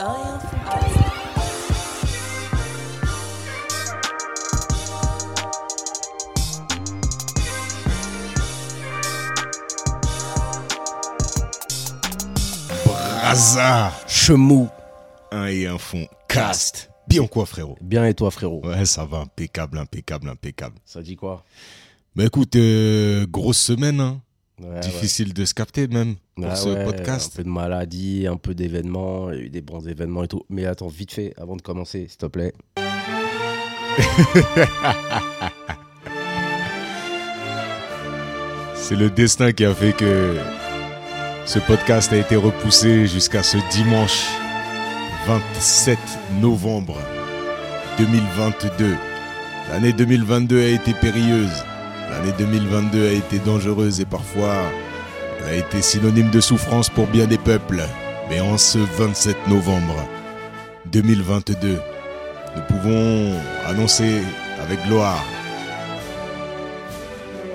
Rien Braza Chemou. Un et un fond. Cast Bien quoi, frérot Bien et toi, frérot Ouais, ça va, impeccable, impeccable, impeccable. Ça dit quoi Bah écoute, euh, grosse semaine, hein. Ouais, difficile de se capter même ouais. pour Ouais, ce Ah ouais, Un podcast. peu de maladie, un peu d'événements, il y a eu des bons événements et tout. Mais attends, vite fait, avant de commencer, s'il te plaît. C'est le destin qui a fait que ce podcast a été repoussé jusqu'à ce dimanche 27 novembre 2022. L'année 2022 a été périlleuse. L'année 2022 a été dangereuse et parfois elle a été synonyme de souffrance pour bien des peuples. Mais en ce 27 novembre 2022, nous pouvons annoncer avec gloire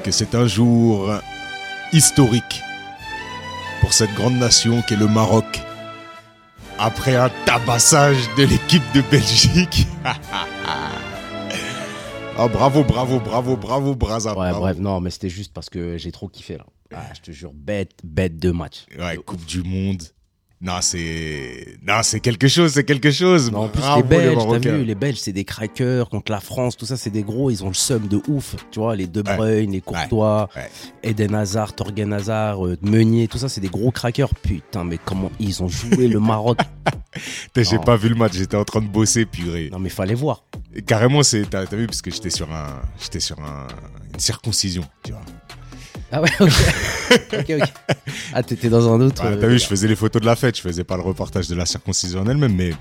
que c'est un jour historique pour cette grande nation qu'est le Maroc. Après un tabassage de l'équipe de Belgique. Ah, bravo, bravo, bravo, bravo, Braza. Ouais, bravo. bref, non, mais c'était juste parce que j'ai trop kiffé là. Ah, je te jure, bête, bête de match. Ouais, Coupe du Monde. Non, c'est. Non, c'est quelque chose, c'est quelque chose. Ah, Non, en plus, Bravo, les Belges, Marocains. t'as vu, les Belges, c'est des crackers contre la France, tout ça, c'est des gros, ils ont le seum de ouf. Tu vois, les De Ouais. Bruyne, les Courtois, ouais. Eden Hazard, Torgen Hazard, euh, Meunier, tout ça, c'est des gros crackers. Putain, mais comment ils ont joué le Maroc Putain, J'ai Non. pas vu le match, j'étais en train de bosser, purée. Non, mais fallait voir. Et Carrément, c'est. T'as t'as vu, parce que j'étais sur un. J'étais sur un. Une circoncision, tu vois. Ah ouais, ok. ok, ok. Ah, t'étais dans un autre. Ouais, euh, T'as vu, je faisais les photos de la fête, je faisais pas le reportage de la circoncision en elle-même, mais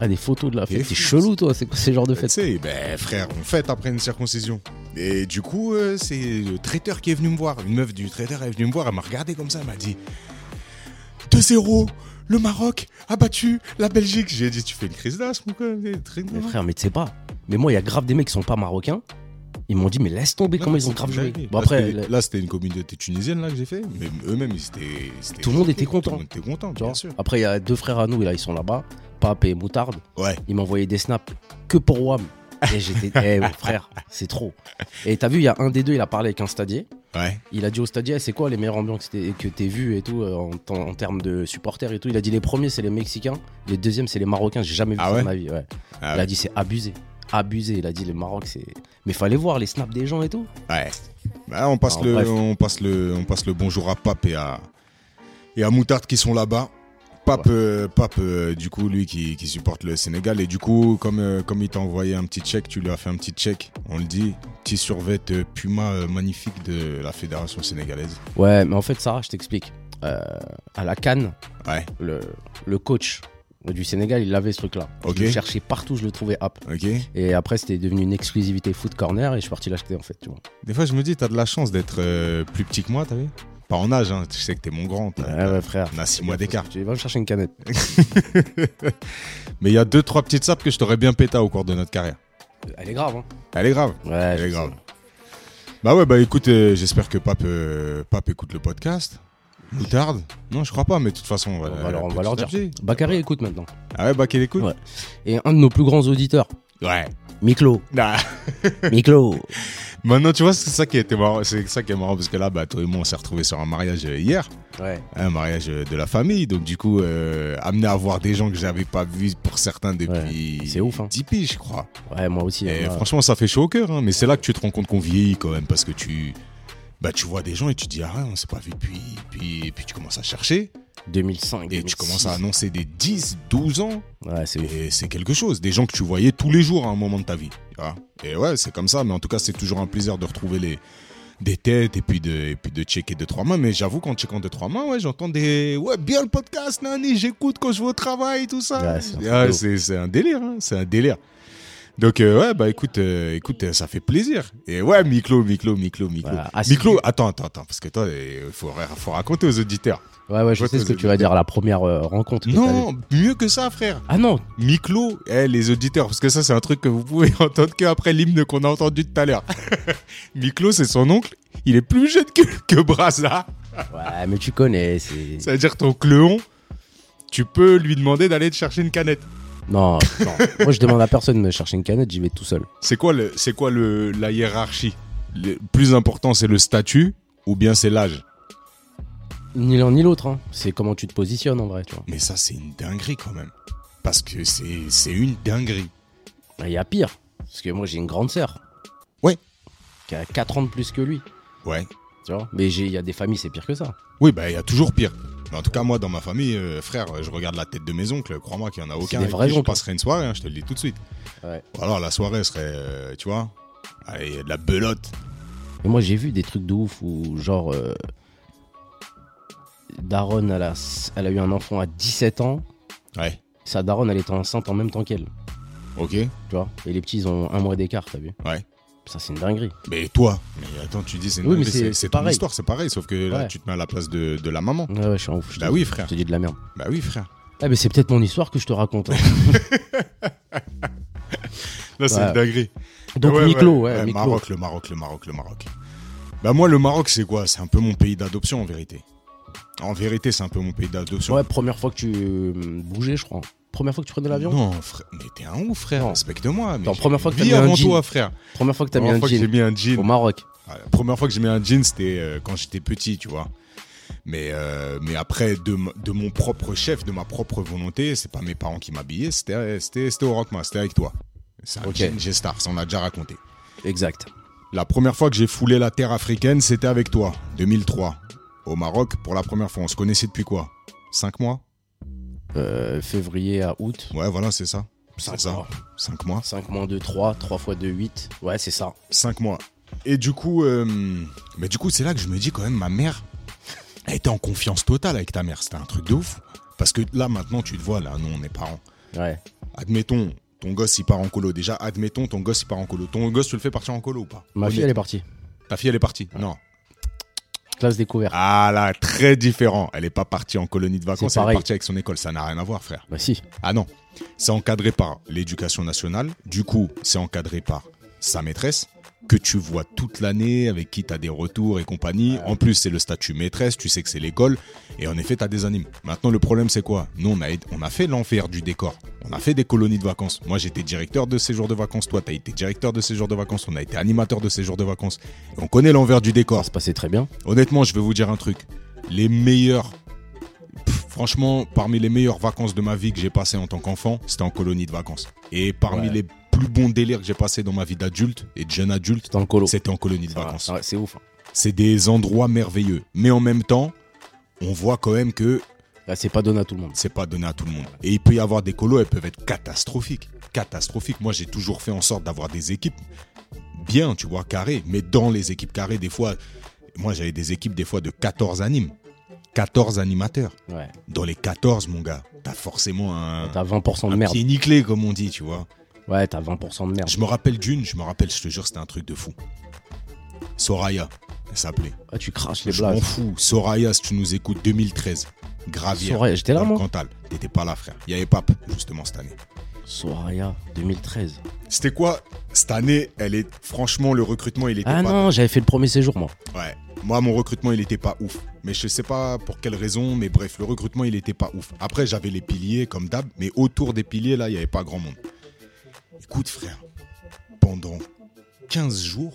Ah, des photos de la Et fête. C'est fou. chelou, toi, c'est quoi ce genre de tu fête sais, ben, frère, on fête après une circoncision. Et du coup, euh, c'est le traiteur qui est venu me voir, une meuf du traiteur est venue me voir, elle m'a regardé comme ça, elle m'a dit 2-0, le Maroc a battu la Belgique. J'ai dit, tu fais une crise d'asthme ou quoi des trucs de Mais ouf. frère, mais tu sais pas. Mais moi, il y a grave des mecs qui sont pas marocains. Ils m'ont dit, mais laisse tomber comment Non, ils ont c'est grave une joué. dinguerie. Bon, Là, après, c'était- le- là, c'était une communauté tunisienne là que j'ai fait, mais eux-mêmes, ils étaient. ils étaient Tout le monde choqués, était Tout content. le monde était content, tu bien vois. sûr. Après, il y a deux frères à nous, et là, ils sont là-bas. Pape et Moutarde. Ouais. Ils m'envoyaient des snaps que pour WAM. Et j'étais, eh, ouais, frère, c'est trop. Et t'as vu, il y a un des deux, il a parlé avec un stadier. Ouais. Il a dit au stadier, Eh, c'est quoi les meilleurs ambiants que t'es- que t'es vu et tout, euh, en, temps- en termes de supporters et tout. Il a dit, les premiers, c'est les Mexicains. Les deuxièmes, c'est les Marocains. J'ai jamais vu Ah ça ouais de ma vie. ouais. Ah il a dit, c'est abusé. Abusé. Il a dit, le Maroc, c'est. Mais fallait voir les snaps des gens et tout. Ouais. Bah, on, passe Alors, le, bref. on, passe le, on passe le bonjour à Pape et à, et à Moutarde qui sont là-bas. Pape, euh, Pape euh, du coup, lui qui, qui supporte le Sénégal. Et du coup, comme, euh, comme il t'a envoyé un petit check, tu lui as fait un petit check. On le dit, petit survêt euh, Puma euh, magnifique de la Fédération sénégalaise. Ouais, mais en fait, Sarah, je t'explique. Euh, à la Cannes, Ouais, le, le coach du Sénégal, il avait ce truc-là. Ok. Je le cherchais partout, je le trouvais app. ok. Et après, c'était devenu une exclusivité Foot Corner et je suis parti l'acheter en fait. Tu vois. Des fois, je me dis, t'as de la chance d'être euh, plus petit que moi, t'as vu Pas en âge, hein. je sais que t'es mon grand. t'as- Ouais, ouais, frère. On a 6 mois d'écart. Tu vas me chercher une canette. Mais il y a deux, trois petites sapes que je t'aurais bien péta au cours de notre carrière. Elle est grave, hein Elle est grave. Ouais, Elle je est sais. grave. Bah ouais, bah écoute, euh, j'espère que Pape, euh, Pape écoute le podcast. Moutarde Non, je crois pas, mais de toute façon, on va, On va leur- on va leur petit à petit. Bakary écoute maintenant. Ah ouais, bah qu'il écoute Ouais. Et un de nos plus grands auditeurs, Ouais. Miklo. Ah. Miklo. Maintenant, tu vois, c'est ça qui était marrant. C'est ça qui est marrant parce que là, bah, toi et moi, on s'est retrouvés sur un mariage euh, hier, ouais. un mariage euh, de la famille. Donc, du coup, euh, amené à voir des gens que j'avais pas vus pour certains depuis C'est ouf, hein. 10 piges, je crois. Ouais, moi aussi. Et hein, ouais. franchement, ça fait chaud au cœur, hein, mais c'est là que tu te rends compte qu'on vieillit quand même, parce que tu, bah, tu vois des gens et tu te dis, ah ouais, on s'est pas vu depuis, puis, puis tu commences à chercher, 2005. et tu 2006. commences à annoncer des 10, 12 ans, Ouais, c'est ouf. et c'est quelque chose, des gens que tu voyais tous les jours à un moment de ta vie. tu vois. Et ouais, c'est comme ça, mais en tout cas, c'est toujours un plaisir de retrouver les, des têtes et puis de, et puis de checker deux, trois mains, mais j'avoue qu'en checkant deux, trois mains, ouais, j'entends des, ouais, bien le podcast, nani, j'écoute quand je vais au travail, tout ça. Ouais, c'est un truc Ah, de ouf. c'est c'est un délire, hein, c'est un délire. Donc euh, ouais, bah écoute, euh, écoute, euh, ça fait plaisir. Et ouais, Miklo, Miklo, Miklo, Miklo. Voilà, assidu. Miklo, attends, attends, attends, parce que toi, il faut, ra- faut raconter aux auditeurs. Ouais, ouais, je Ouais, sais ce que c'est- tu vas dire à la première euh, rencontre. que t'as eue. Non, mieux que ça, frère. Ah non Miklo, eh, les auditeurs, parce que ça, c'est un truc que vous pouvez entendre qu'après l'hymne qu'on a entendu tout à l'heure. Miklo, c'est son oncle. Il est plus jeune que, que Braza. Ouais, mais tu connais. c'est- C'est-à-dire ton cléon. tu peux lui demander d'aller te chercher une canette. Non, non. moi je demande à personne de me chercher une canette, j'y vais tout seul. C'est quoi, le, c'est quoi le, la hiérarchie Le plus important, c'est le statut ou bien c'est l'âge Ni l'un ni l'autre, hein. c'est comment tu te positionnes en vrai, tu vois. Mais ça, c'est une dinguerie quand même. Parce que c'est, c'est une dinguerie. Bah, Il y a pire, parce que moi j'ai une grande sœur. Ouais. Qui a 4 ans de plus que lui, Ouais. tu vois. Mais j'ai- il y a des familles, c'est pire que ça. Oui, bah, il y a toujours pire. Mais en tout cas, moi, dans ma famille, euh, frère, je regarde la tête de mes oncles. Crois-moi qu'il n'y en a aucun. des avec vrais qui je oncles. passerai une soirée, hein, je te le dis tout de suite. Ouais. Ou Alors, la soirée serait, euh, tu vois, allez, de la belote. Mais moi j'ai vu des trucs de ouf où genre euh, Daronne elle a, elle a eu un enfant à 17 ans, Ouais. sa Daronne elle était enceinte en même temps qu'elle, Ok. tu vois. Et les petits ils ont un mois d'écart, t'as vu Ouais. Ça c'est une dinguerie. Mais toi, mais attends, tu dis, c'est une Oui, mais dinguerie, c'est- c'est- c'est c'est ton pareil. histoire, c'est pareil, sauf que là, Ouais. tu te mets à la place de, de la maman. Ouais ouais je suis un ouf. je te Bah dis- oui, Je frère. te dis de la merde. Bah oui, frère. Ah mais c'est peut-être mon histoire que je te raconte. hein. Là, c'est Ouais. une dinguerie. Donc Ouais, Miklo, ouais, Miklo. Maroc, le Maroc, le Maroc, le Maroc. Bah moi, le Maroc, c'est quoi C'est un peu mon pays d'adoption, en vérité. En vérité, c'est un peu mon pays d'adoption. Ouais, première fois que tu euh, bougeais, je crois. Première fois que tu prenais l'avion Non, frère, mais t'es un ouf, frère. Non. Respecte-moi. mais Attends, j'ai première fois une que t'as vie mis un avant jean. toi, frère. Première fois que t'as mis Première un fois que j'ai jean mis un jean. au Maroc. Ah, La première fois que j'ai mis un jean, c'était euh, quand j'étais petit, tu vois. Mais, euh, mais après, de, m- de mon propre chef, de ma propre volonté, c'est pas mes parents qui m'habillaient, c'était c'était- c'était au Rockman, c'était avec toi. C'est un Ok. jean G-Star, ça on a déjà raconté. Exact. La première fois que j'ai foulé la terre africaine, c'était avec toi, 2003, au Maroc, pour la première fois. On se connaissait depuis quoi 5 mois Euh, février à août. Ouais, voilà, c'est ça. C'est Cinq ça. mois. 5 mois. 5 moins 2, 3. 3 fois 2, 8. Ouais, c'est ça. 5 mois. Et du coup, euh, mais du coup, c'est là que je me dis quand même, ma mère, elle était en confiance totale avec ta mère. C'était un truc de ouf. Parce que là, maintenant, tu te vois, là, nous, on est parents. Ouais. Admettons, ton gosse, il part en colo. Déjà, admettons, ton gosse, il part en colo. Ton gosse, tu le fais partir en colo ou pas Ma fille, elle est partie. Ta fille, elle est partie Non. Classe découverte. Ah là, très différent. Elle est pas partie en colonie de vacances, C'est elle est pareil. partie avec son école. Ça n'a rien à voir, frère. Bah si. Ah non. C'est encadré par l'éducation nationale. Du coup, c'est encadré par sa maîtresse, que tu vois toute l'année, avec qui tu as des retours et compagnie. En plus, c'est le statut maîtresse, tu sais que c'est l'école. Et en effet, tu as des animes. Maintenant, le problème, c'est quoi Nous, on a, on a fait l'enfer du décor. On a fait des colonies de vacances. Moi, j'étais directeur de séjour de vacances. Toi, tu as été directeur de séjour de vacances. On a été animateur de séjour de vacances. Et on connaît l'envers du décor. Ça se passait Ah, très bien. Honnêtement, je vais vous dire un truc. Les meilleurs, pff, franchement, parmi les meilleures vacances de ma vie que j'ai passées en tant qu'enfant, c'était en colonie de vacances. Et parmi Ouais. les plus bons délires que j'ai passés dans ma vie d'adulte et de jeune adulte, C'était en colo. c'était en colonie de Ça va. vacances. Ouais, c'est ouf. hein. C'est des endroits merveilleux. Mais en même temps, on voit quand même que Là, c'est pas donné à tout le monde. c'est pas donné à tout le monde. Et il peut y avoir des colos, elles peuvent être catastrophiques. Catastrophiques. Moi, j'ai toujours fait en sorte d'avoir des équipes bien, tu vois, carrées. Mais dans les équipes carrées, des fois, moi, j'avais des équipes, des fois, de 14 animes. 14 animateurs. Ouais. Dans les 14, mon gars, t'as forcément un, T'as 20% de un Oh, merde. pied nickelé, comme on dit, tu vois. Ouais, t'as 20% de merde. Je me rappelle d'une, je me rappelle, je te jure, c'était un truc de fou. Soraya, elle s'appelait. Ah, tu craches les Je m'en blagues. fous. Soraya, si tu nous écoutes, 2013. Gravière. Soraya, j'étais là, dans le moi. Cantal. T'étais pas là, frère. Il y avait Pape, justement, cette année. Soraya, 2013. C'était quoi Cette année, elle est franchement le recrutement, il était pas. Ah non, j'avais fait le premier séjour, moi. Ouais. Moi, mon recrutement, il était pas ouf. Mais je sais pas pour quelle raison, mais bref, le recrutement, il était pas ouf. Après, j'avais les piliers comme d'hab, mais autour des piliers, là, il y avait pas grand monde. Écoute, frère, pendant 15 jours,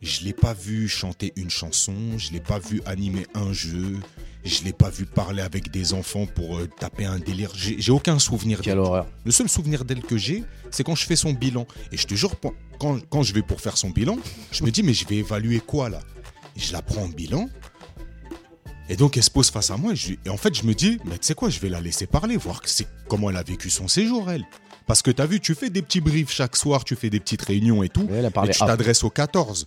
je l'ai pas vu chanter une chanson, je l'ai pas vu animer un jeu, je l'ai pas vu parler avec des enfants pour euh, taper un délire. J'ai j'ai aucun souvenir d'elle. Quelle horreur. Le seul souvenir d'elle que j'ai, c'est quand je fais son bilan. Et je te jure, pour- quand, quand je vais pour faire son bilan, je me dis, mais je vais évaluer quoi là Et Je la prends en bilan. Et donc, elle se pose face à moi. Et, je- et en fait, je me dis, mais tu sais quoi, je vais la laisser parler, voir que c'est- comment elle a vécu son séjour, elle. Parce que t'as vu, tu fais des petits briefs chaque soir, tu fais des petites réunions et tout. Ouais, elle a parlé Et tu après. t'adresses aux 14.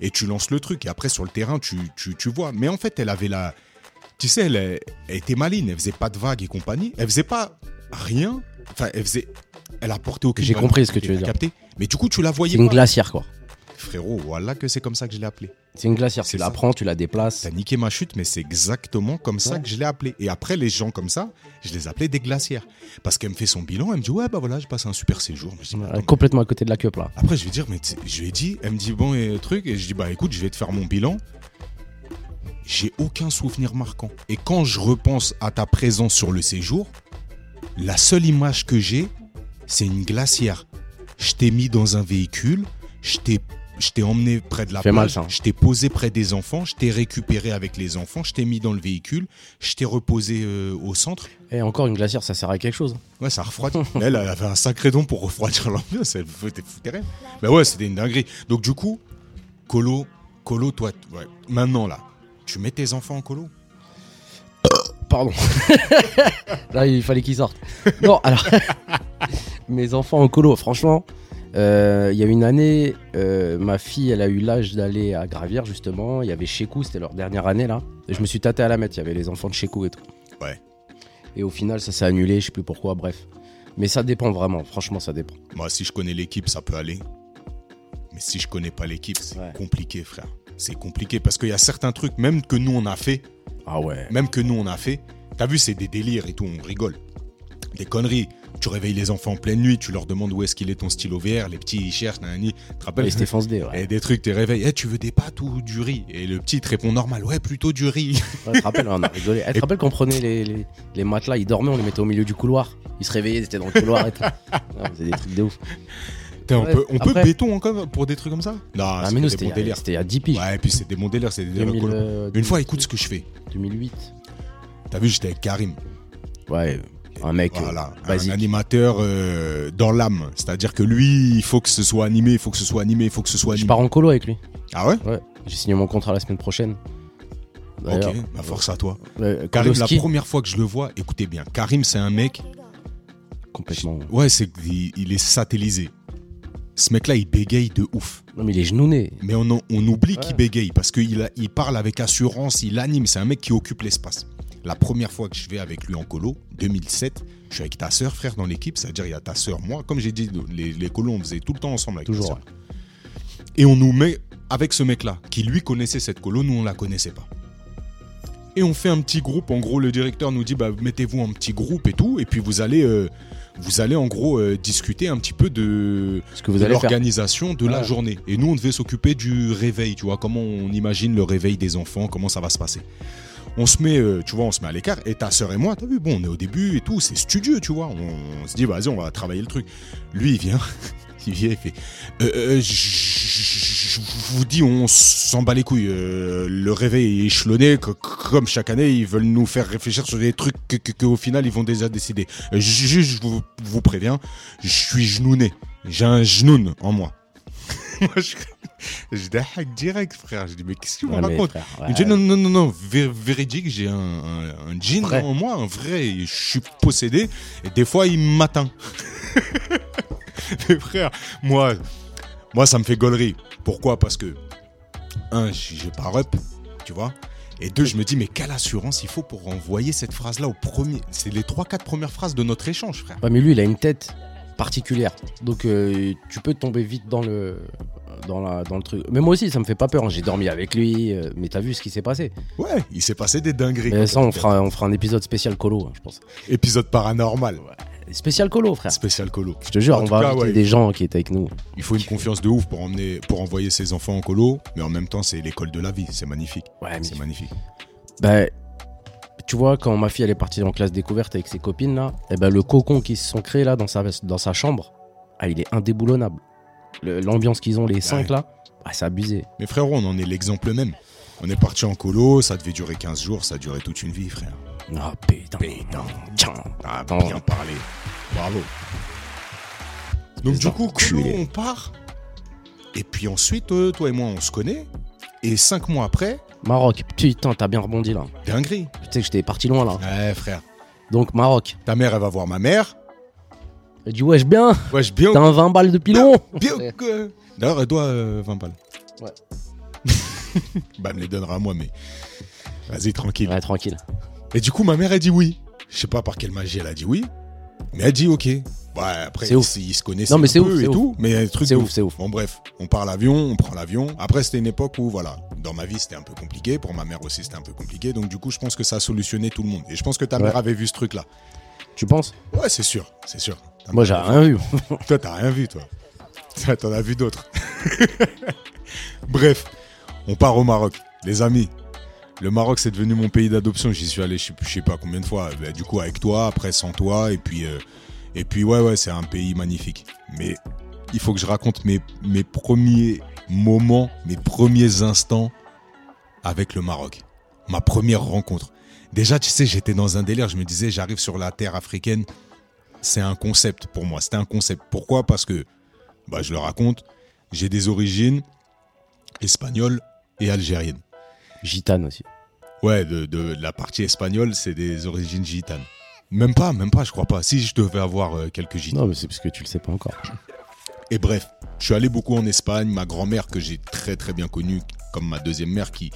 Et tu lances le truc. Et après, sur le terrain, tu, tu, tu vois. Mais en fait, elle avait la. Tu sais, elle, elle était maline. Elle faisait pas de vagues et compagnie. Elle faisait pas rien. Enfin, elle faisait. Elle apportait aucune. J'ai valeur. compris ce que tu veux T'as dire. capté Mais du coup, tu la voyais C'est une pas. glacière, quoi. Frérot, voilà que c'est comme ça que je l'ai appelée. C'est une glacière. C'est Tu la ça. prends, tu la déplaces. T'as niqué ma chute, mais c'est exactement comme ça Ouais. que je l'ai appelée. Et après, les gens comme ça, je les appelais des glacières. Parce qu'elle me fait son bilan. Elle me dit Ouais, bah voilà, j'ai passé un super séjour. Je dis, mais Ouais, attends, Complètement à côté de la queue, là. Après, je lui ai dit, mais tu sais, je lui ai dit, elle me dit bon et truc, et je dis bah écoute, je vais te faire mon bilan. j'ai aucun souvenir marquant. Et quand je repense à ta présence sur le séjour, la seule image que j'ai, c'est une glacière. Je t'ai mis dans un véhicule, je t'ai je t'ai emmené près de la Fait mal, plage, ça, hein. je t'ai posé près des enfants, je t'ai récupéré avec les enfants, je t'ai mis dans le véhicule, je t'ai reposé euh, au centre. Et encore une glacière, ça sert à quelque chose. Ouais, ça refroidit. Mais elle, elle avait un sacré don pour refroidir l'ambiance. Elle foutait foutait rien. Mais Bah ouais, c'était une dinguerie. Donc, du coup, colo, colo, toi, t- ouais. maintenant là, tu mets tes enfants en colo Pardon. Là, il fallait qu'ils sortent. Non, alors. mes enfants en colo, franchement, euh, il y a une année, euh, ma fille, elle a eu l'âge d'aller à Gravière, justement. Il y avait Chekou, c'était leur dernière année, là. Et je me suis tâté à la mettre, il y avait les enfants de Chekou et tout. Ouais. Et au final, ça s'est annulé, je sais plus pourquoi, bref. Mais ça dépend vraiment, franchement, ça dépend. Moi, si je connais l'équipe, ça peut aller. Mais si je connais pas l'équipe, c'est Ouais. compliqué, frère. C'est compliqué parce qu'il y a certains trucs, même que nous on a fait, Ah ouais. même que nous on a fait. T'as vu, c'est des délires et tout, on rigole. Des conneries. Tu réveilles les enfants en pleine nuit, tu leur demandes où est-ce qu'il est ton stylo VR, les petits ils cherchent, nanani. Tu te rappelles Et Stéphane Sdé, ouais. Et des trucs, t'es réveillé, Eh, tu veux des pâtes ou du riz Et le petit te répond normal, ouais, plutôt du riz. Ouais, je te rappelle, on a rigolé. Elle te Et- rappelle qu'on prenait les, les, les matelas, ils dormaient, on les mettait au milieu du couloir. Ils se réveillaient, ils étaient dans le couloir et tout. Non, on faisait des trucs de ouf. Putain, on Ouais, peut, on peut après- béton encore pour des trucs comme ça Non, Ah, mais nous, c'est c'était des bons il y a- délires. c'était il y a 10 piges. Ouais, et puis c'est des bons délires, c'est des délires 2000, cool. euh, Une fois, écoute ce que je fais. 2008. T'as vu, j'étais avec Karim. Ouais, un mec. euh, Voilà, un basique. animateur euh, dans l'âme. C'est-à-dire que lui, il faut que ce soit animé, il faut que ce soit animé, il faut que ce soit je animé. pars en colo avec lui. Ah ouais Ouais, j'ai signé mon contrat la semaine prochaine. D'ailleurs, Ok, bah force à toi. euh, Karim, la Koloski, première fois que je le vois, écoutez bien, Karim, c'est un mec Complètement. ouais. Ouais, c'est il, il est satellisé. Ce mec-là, il bégaye de ouf. Non, mais il est genouné. Mais on, en- on oublie Ouais. qu'il bégaye parce qu'il a- il parle avec assurance, il anime. C'est un mec qui occupe l'espace. La première fois que je vais avec lui en colo, 2007, je suis avec ta sœur, frère, dans l'équipe. C'est-à-dire, il y a ta sœur, moi. Comme j'ai dit, les, les colos, on faisait tout le temps ensemble avec ta Toujours, sœur. Et on nous met avec ce mec-là, qui lui connaissait cette colo, nous, on la connaissait pas. Et on fait un petit groupe. En gros, le directeur nous dit bah, mettez-vous en petit groupe et tout. Et puis, vous allez, euh, vous allez en gros, euh, discuter un petit peu de, Ce que vous de allez faire. l'organisation de la Ouais. journée. Et nous, on devait s'occuper du réveil, tu vois, comment on imagine le réveil des enfants, comment ça va se passer. On se met, euh, tu vois, on se met à l'écart. Et ta sœur et moi, t'as vu, bon, on est au début et tout, c'est studieux, tu vois. On, on se dit, vas-y, on va travailler le truc. Lui, il vient, il vient, il fait, Euh, euh, je- je je vous dis, on s'en bat les couilles. Euh, le réveil est échelonné, co- comme chaque année, ils veulent nous faire réfléchir sur des trucs que, que- que au final, ils vont déjà décider. Euh, je- je je vous, vous préviens, je suis genouné. J'ai un genoun en moi. moi, je, je hack direct, frère. Je dis, mais qu'est-ce que tu me Ouais, mais racontes frère, Il me ouais, dit, non, non, non, non, vé- véridique, j'ai un, un, un djinn Vrai. en moi, un vrai. et Je suis possédé. Et des fois, il m'atteint. mais frère, moi, moi, ça me fait gaulerie. Pourquoi Parce que, un, j- j'ai pas up, tu vois. Et deux, je me dis, mais quelle assurance il faut pour envoyer cette phrase-là au premier. C'est les trois, quatre premières phrases de notre échange, frère. Ouais, mais lui, il a une tête particulière. Donc, euh, tu peux tomber vite dans le, dans, la, dans le truc. Mais moi aussi, ça me fait pas peur. hein. J'ai dormi avec lui, euh, mais t'as vu ce qui s'est passé. Ouais, il s'est passé des dingueries. Mais ça, on fera, on fera un épisode spécial colo, hein, je pense. Épisode paranormal, Spécial colo, frère. spécial colo. Je te jure, En on tout va cas, inviter ouais. des gens qui étaient avec nous. Il faut une confiance de ouf pour, emmener, pour envoyer ses enfants en colo, mais en même temps, c'est l'école de la vie, c'est magnifique. Ouais, Ah, mais C'est magnifique. Bah, tu vois, quand ma fille elle est partie en classe découverte avec ses copines là, et ben le cocon qu'ils se sont créés là dans sa, dans sa chambre, ah, il est indéboulonnable. Le- L'ambiance qu'ils ont, les cinq là, ah, c'est abusé. Mais frérot, on en est l'exemple même. On est parti en colo, ça devait durer 15 jours, ça durait toute une vie, frère. Ah putain. Pétain. Tiens. Ah, Attends. bien parlé. Bravo. Donc, Espèce du coup, colo, d'enculé. on part. Et puis ensuite, euh, toi et moi, on se connaît. Et cinq mois après, Maroc, putain, t'as bien rebondi là. dinguerie. Tu sais que j'étais parti loin là. Ouais, frère. Donc Maroc, Ta mère, elle va voir ma mère. elle dit wesh bien, Ouais, je bien. t'as un 20 balles de pilon. Bien que- D'ailleurs, elle doit euh, 20 balles. Ouais. bah, elle me les donnera à moi, mais. Vas-y, tranquille. Ouais, tranquille. Et du coup, ma mère, elle dit oui. Je sais pas par quelle magie elle a dit oui, mais elle dit ok. Bah, après, C'est ouf. ils, ils se connaissaient Non, mais un c'est peu ouf, et c'est tout, mais un truc C'est de ouf, c'est ouf. Bon, bref, on part l'avion, on prend l'avion. Après, c'était une époque où, voilà, dans ma vie, c'était un peu compliqué. Pour ma mère aussi, c'était un peu compliqué. Donc, du coup, je pense que ça a solutionné tout le monde. Et je pense que ta Ouais. mère avait vu ce truc-là. Tu penses Ouais, c'est sûr, c'est sûr. Ta Moi mère j'ai avait rien vu. toi, t'as rien vu, toi. Toi, T'en as vu d'autres. Bref, on part au Maroc. Les amis, Le Maroc, c'est devenu mon pays d'adoption. J'y suis allé, je sais, je sais pas combien de fois. Bah, du coup, avec toi, après sans toi, et puis, euh, et puis ouais, ouais, c'est un pays magnifique. Mais il faut que je raconte mes, mes premiers moments, mes premiers instants avec le Maroc. Ma première rencontre. Déjà, tu sais, j'étais dans un délire. Je me disais, j'arrive sur la terre africaine. C'est un concept pour moi. C'était un concept. Pourquoi Parce que, bah, je le raconte, j'ai des origines espagnoles et algériennes. Gitane aussi. Ouais, de, de- de la partie espagnole, c'est des origines gitanes. Même pas, même pas, je crois pas. Si je devais avoir euh, quelques gitanes. Non, mais c'est parce que tu le sais pas encore. Et bref, je suis allé beaucoup en Espagne. Ma grand-mère, que j'ai très très bien connue, comme ma deuxième mère, qui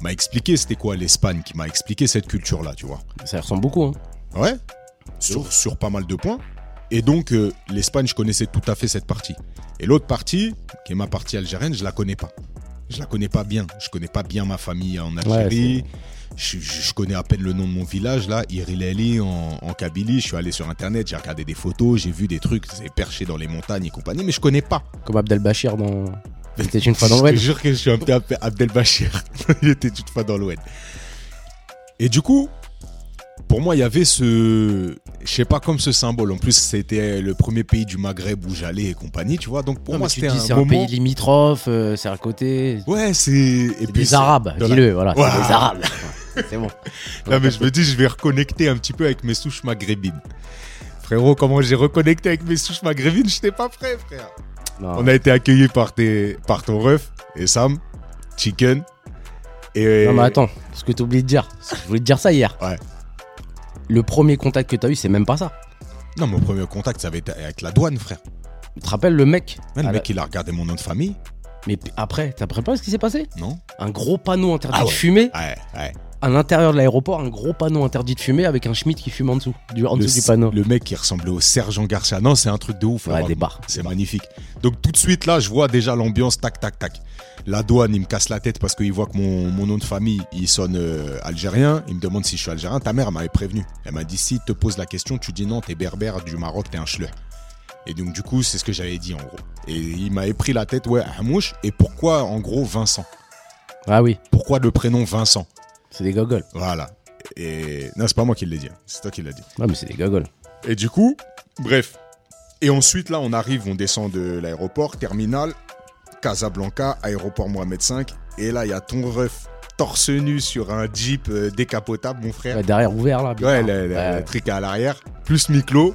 m'a expliqué c'était quoi l'Espagne, qui m'a expliqué cette culture-là, tu vois. Ça ressemble beaucoup. Hein. Ouais, sur, sur pas mal de points. Et donc, euh, l'Espagne, je connaissais tout à fait cette partie. Et l'autre partie, qui est ma partie algérienne, je la connais pas. Je la connais pas bien. Je connais pas bien ma famille en Algérie. je, je- je connais à peine le nom de mon village, là, Irileli, en, en Kabylie. Je suis allé sur Internet, j'ai regardé des photos, j'ai vu des trucs, c'est perché dans les montagnes et compagnie, mais je connais pas. Comme Abdelbachir dans. C'était une fois dans le Je Wen. te jure que je suis un peu Ab- Abdelbachir. J'étais une fois dans l'Oued. Et du coup, pour moi, il y avait ce. Je sais pas, comme ce symbole. En plus, c'était le premier pays du Maghreb où j'allais et compagnie, tu vois. Donc pour Non, moi, mais tu c'était dis, un, c'est moment. pays limitrophe, euh, c'est à côté. Ouais, c'est. Et C'est puis. des c'est- Arabes, de la- dis-le, voilà. c'est Ouah. Des Arabes. c'est bon. Non, mais je me dis, je vais reconnecter un petit peu avec mes souches maghrébines. Frérot, comment j'ai reconnecté avec mes souches maghrébines Je n'étais pas prêt, frère. Non. On a été accueillis par, tes... par ton ref et Sam, Chicken. Et... Non, mais attends, ce que t'as oublié de dire. Je voulais te dire ça hier. Ouais. Le premier contact que t'as eu, c'est même pas ça. Non, mon premier contact, ça avait été avec la douane, frère. Tu te rappelles le mec Ouais, le Ah, mec, il a regardé mon nom de famille, Mais p- après, t'as pas ce qui s'est passé non Un gros panneau interdit Ah ouais. de fumer Ouais, ouais. à l'intérieur de l'aéroport, un gros panneau interdit de fumer avec un Schmitt qui fume en dessous, du, en le, dessous du panneau. le mec, il ressemblait au Sergent Garcia. Non, c'est un truc de ouf. Ouais, vraiment. des bars. C'est magnifique. Donc, tout de suite, là, je vois déjà l'ambiance, tac, tac, tac. La douane, il me casse la tête parce qu'il voit que mon, mon nom de famille, il sonne euh, algérien. Il me demande si je suis algérien. Ta mère elle m'avait prévenu. Elle m'a dit si te pose la question, tu dis non, t'es berbère du Maroc, t'es un schleur. Et donc, du coup, c'est ce que j'avais dit, en gros. Et il m'avait pris la tête, ouais, Hamouche. Et pourquoi, en gros, Vincent Ah oui, Pourquoi le prénom Vincent c'est des gogoles. Voilà. Et non, c'est pas moi qui l'ai dit, hein. c'est toi qui l'as dit. Non, mais c'est des gogoles. Et du coup, bref. Et ensuite, là, on arrive, on descend de l'aéroport, terminal, Casablanca, aéroport Mohamed V. Et là, il y a ton ref torse nu sur un jeep euh, décapotable, mon frère. Ouais, derrière ouvert là. Ouais, bien. le, le- Ouais. le truc à l'arrière. Plus Miklo,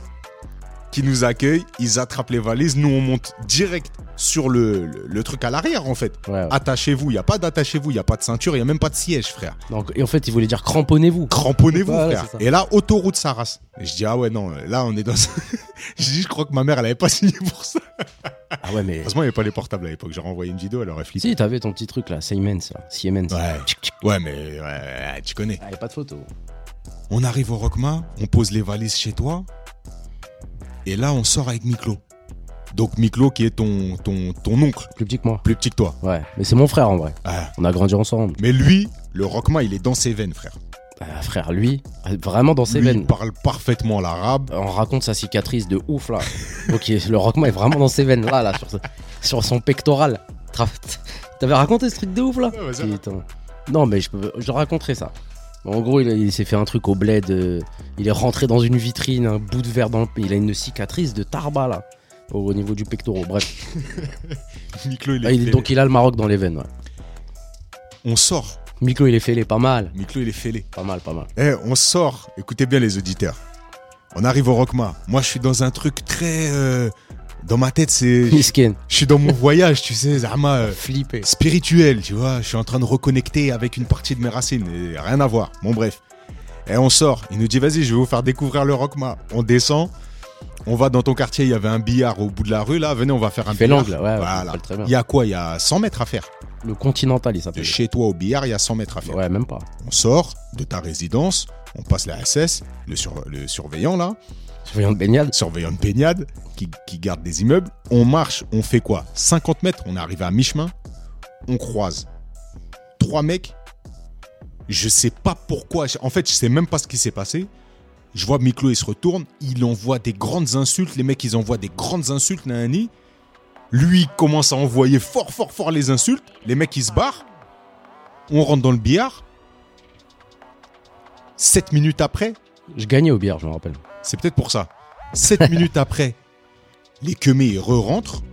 qui nous accueille. Ils attrapent les valises. Nous, on monte direct sur le, le- le truc à l'arrière, en fait. Ouais, ouais. Attachez-vous. Il n'y a pas d'attachez-vous. Il n'y a pas de ceinture. Il n'y a même pas de siège, frère. Donc, et en fait, il voulait dire cramponnez-vous. Cramponnez-vous, Voilà, frère. c'est ça. Et là, autoroute Saras. Et je dis, ah ouais, non, là, on est dans. je dis, je crois que ma mère, elle avait pas signé pour ça. Ah ouais, mais. Heureusement, il n'y avait pas les portables à l'époque. J'aurais envoyé une vidéo, elle aurait flippé. Si, t'avais ton petit truc là, Siemens là. Siemens. Ouais. Tchic, tchic. Ouais, mais ouais, ouais, tu connais. Ah, y a pas de photo. On arrive au Rockma, on pose les valises chez toi. Et là, on sort avec Miklo. Donc, Miklo, qui est ton, ton, ton oncle, Plus petit que moi. plus petit que toi. Ouais, mais c'est mon frère en vrai. Ah. On a grandi ensemble. Mais lui, le Rockma, il est dans ses veines, frère. Ah, frère, lui, vraiment dans ses Lui, veines. il parle parfaitement l'arabe. On raconte sa cicatrice de ouf là. ok, le Rockman est vraiment dans ses veines là, là, sur, sur son pectoral. Tra- T'avais raconté ce truc de ouf là Ouais, vas-y. Putain. Non, mais je, peux- je raconterai ça. En gros, il, il s'est fait un truc au bled. euh, il est rentré dans une vitrine, un bout de verre dans le. Il a une cicatrice de tarba là, au, au niveau du pectoral. Bref, Miklo, il Ah, est. il- fêlé. donc il a le Maroc dans les veines. Ouais. On sort. Miklo, il est fêlé, pas mal. Miklo, il est fêlé. Pas mal, pas mal. Eh, on sort. Écoutez bien les auditeurs. On arrive au Rockma. Moi, je suis dans un truc très... euh, dans ma tête, c'est... Je Miskin, suis dans mon voyage, tu sais, Zama, euh, flippé. spirituel, tu vois. Je suis en train de reconnecter avec une partie de mes racines. Et rien à voir. Bon, bref. Et on sort. Il nous dit, vas-y, je vais vous faire découvrir le Rockma. On descend. On va dans ton quartier. Il y avait un billard au bout de la rue, là. Venez, on va faire un Il fait billard. l'angle, ouais, ouais, Voilà. je le très bien. Il y a quoi Il y a 100 mètres à faire. Le continental, il De s'appelle. chez toi au billard, il y a 100 mètres à faire. Ouais, même pas. On sort de ta résidence, on passe la SS, le, sur- le surveillant là, Surveillant de baignade. surveillant de baignade qui, qui garde des immeubles. On marche, on fait quoi 50 mètres, on arrive à mi-chemin, on croise trois mecs. Je sais pas pourquoi, je- en fait, je sais même pas ce qui s'est passé. Je vois Miklo, il se retourne, il envoie des grandes insultes, les mecs, ils envoient des grandes insultes, Nani. Lui, il commence à envoyer fort, fort, fort les insultes, les mecs, ils se barrent. On rentre dans le billard, 7 minutes après, Je gagnais au billard, je me rappelle. c'est peut-être pour ça. 7 minutes après, les quemés re-rentrent.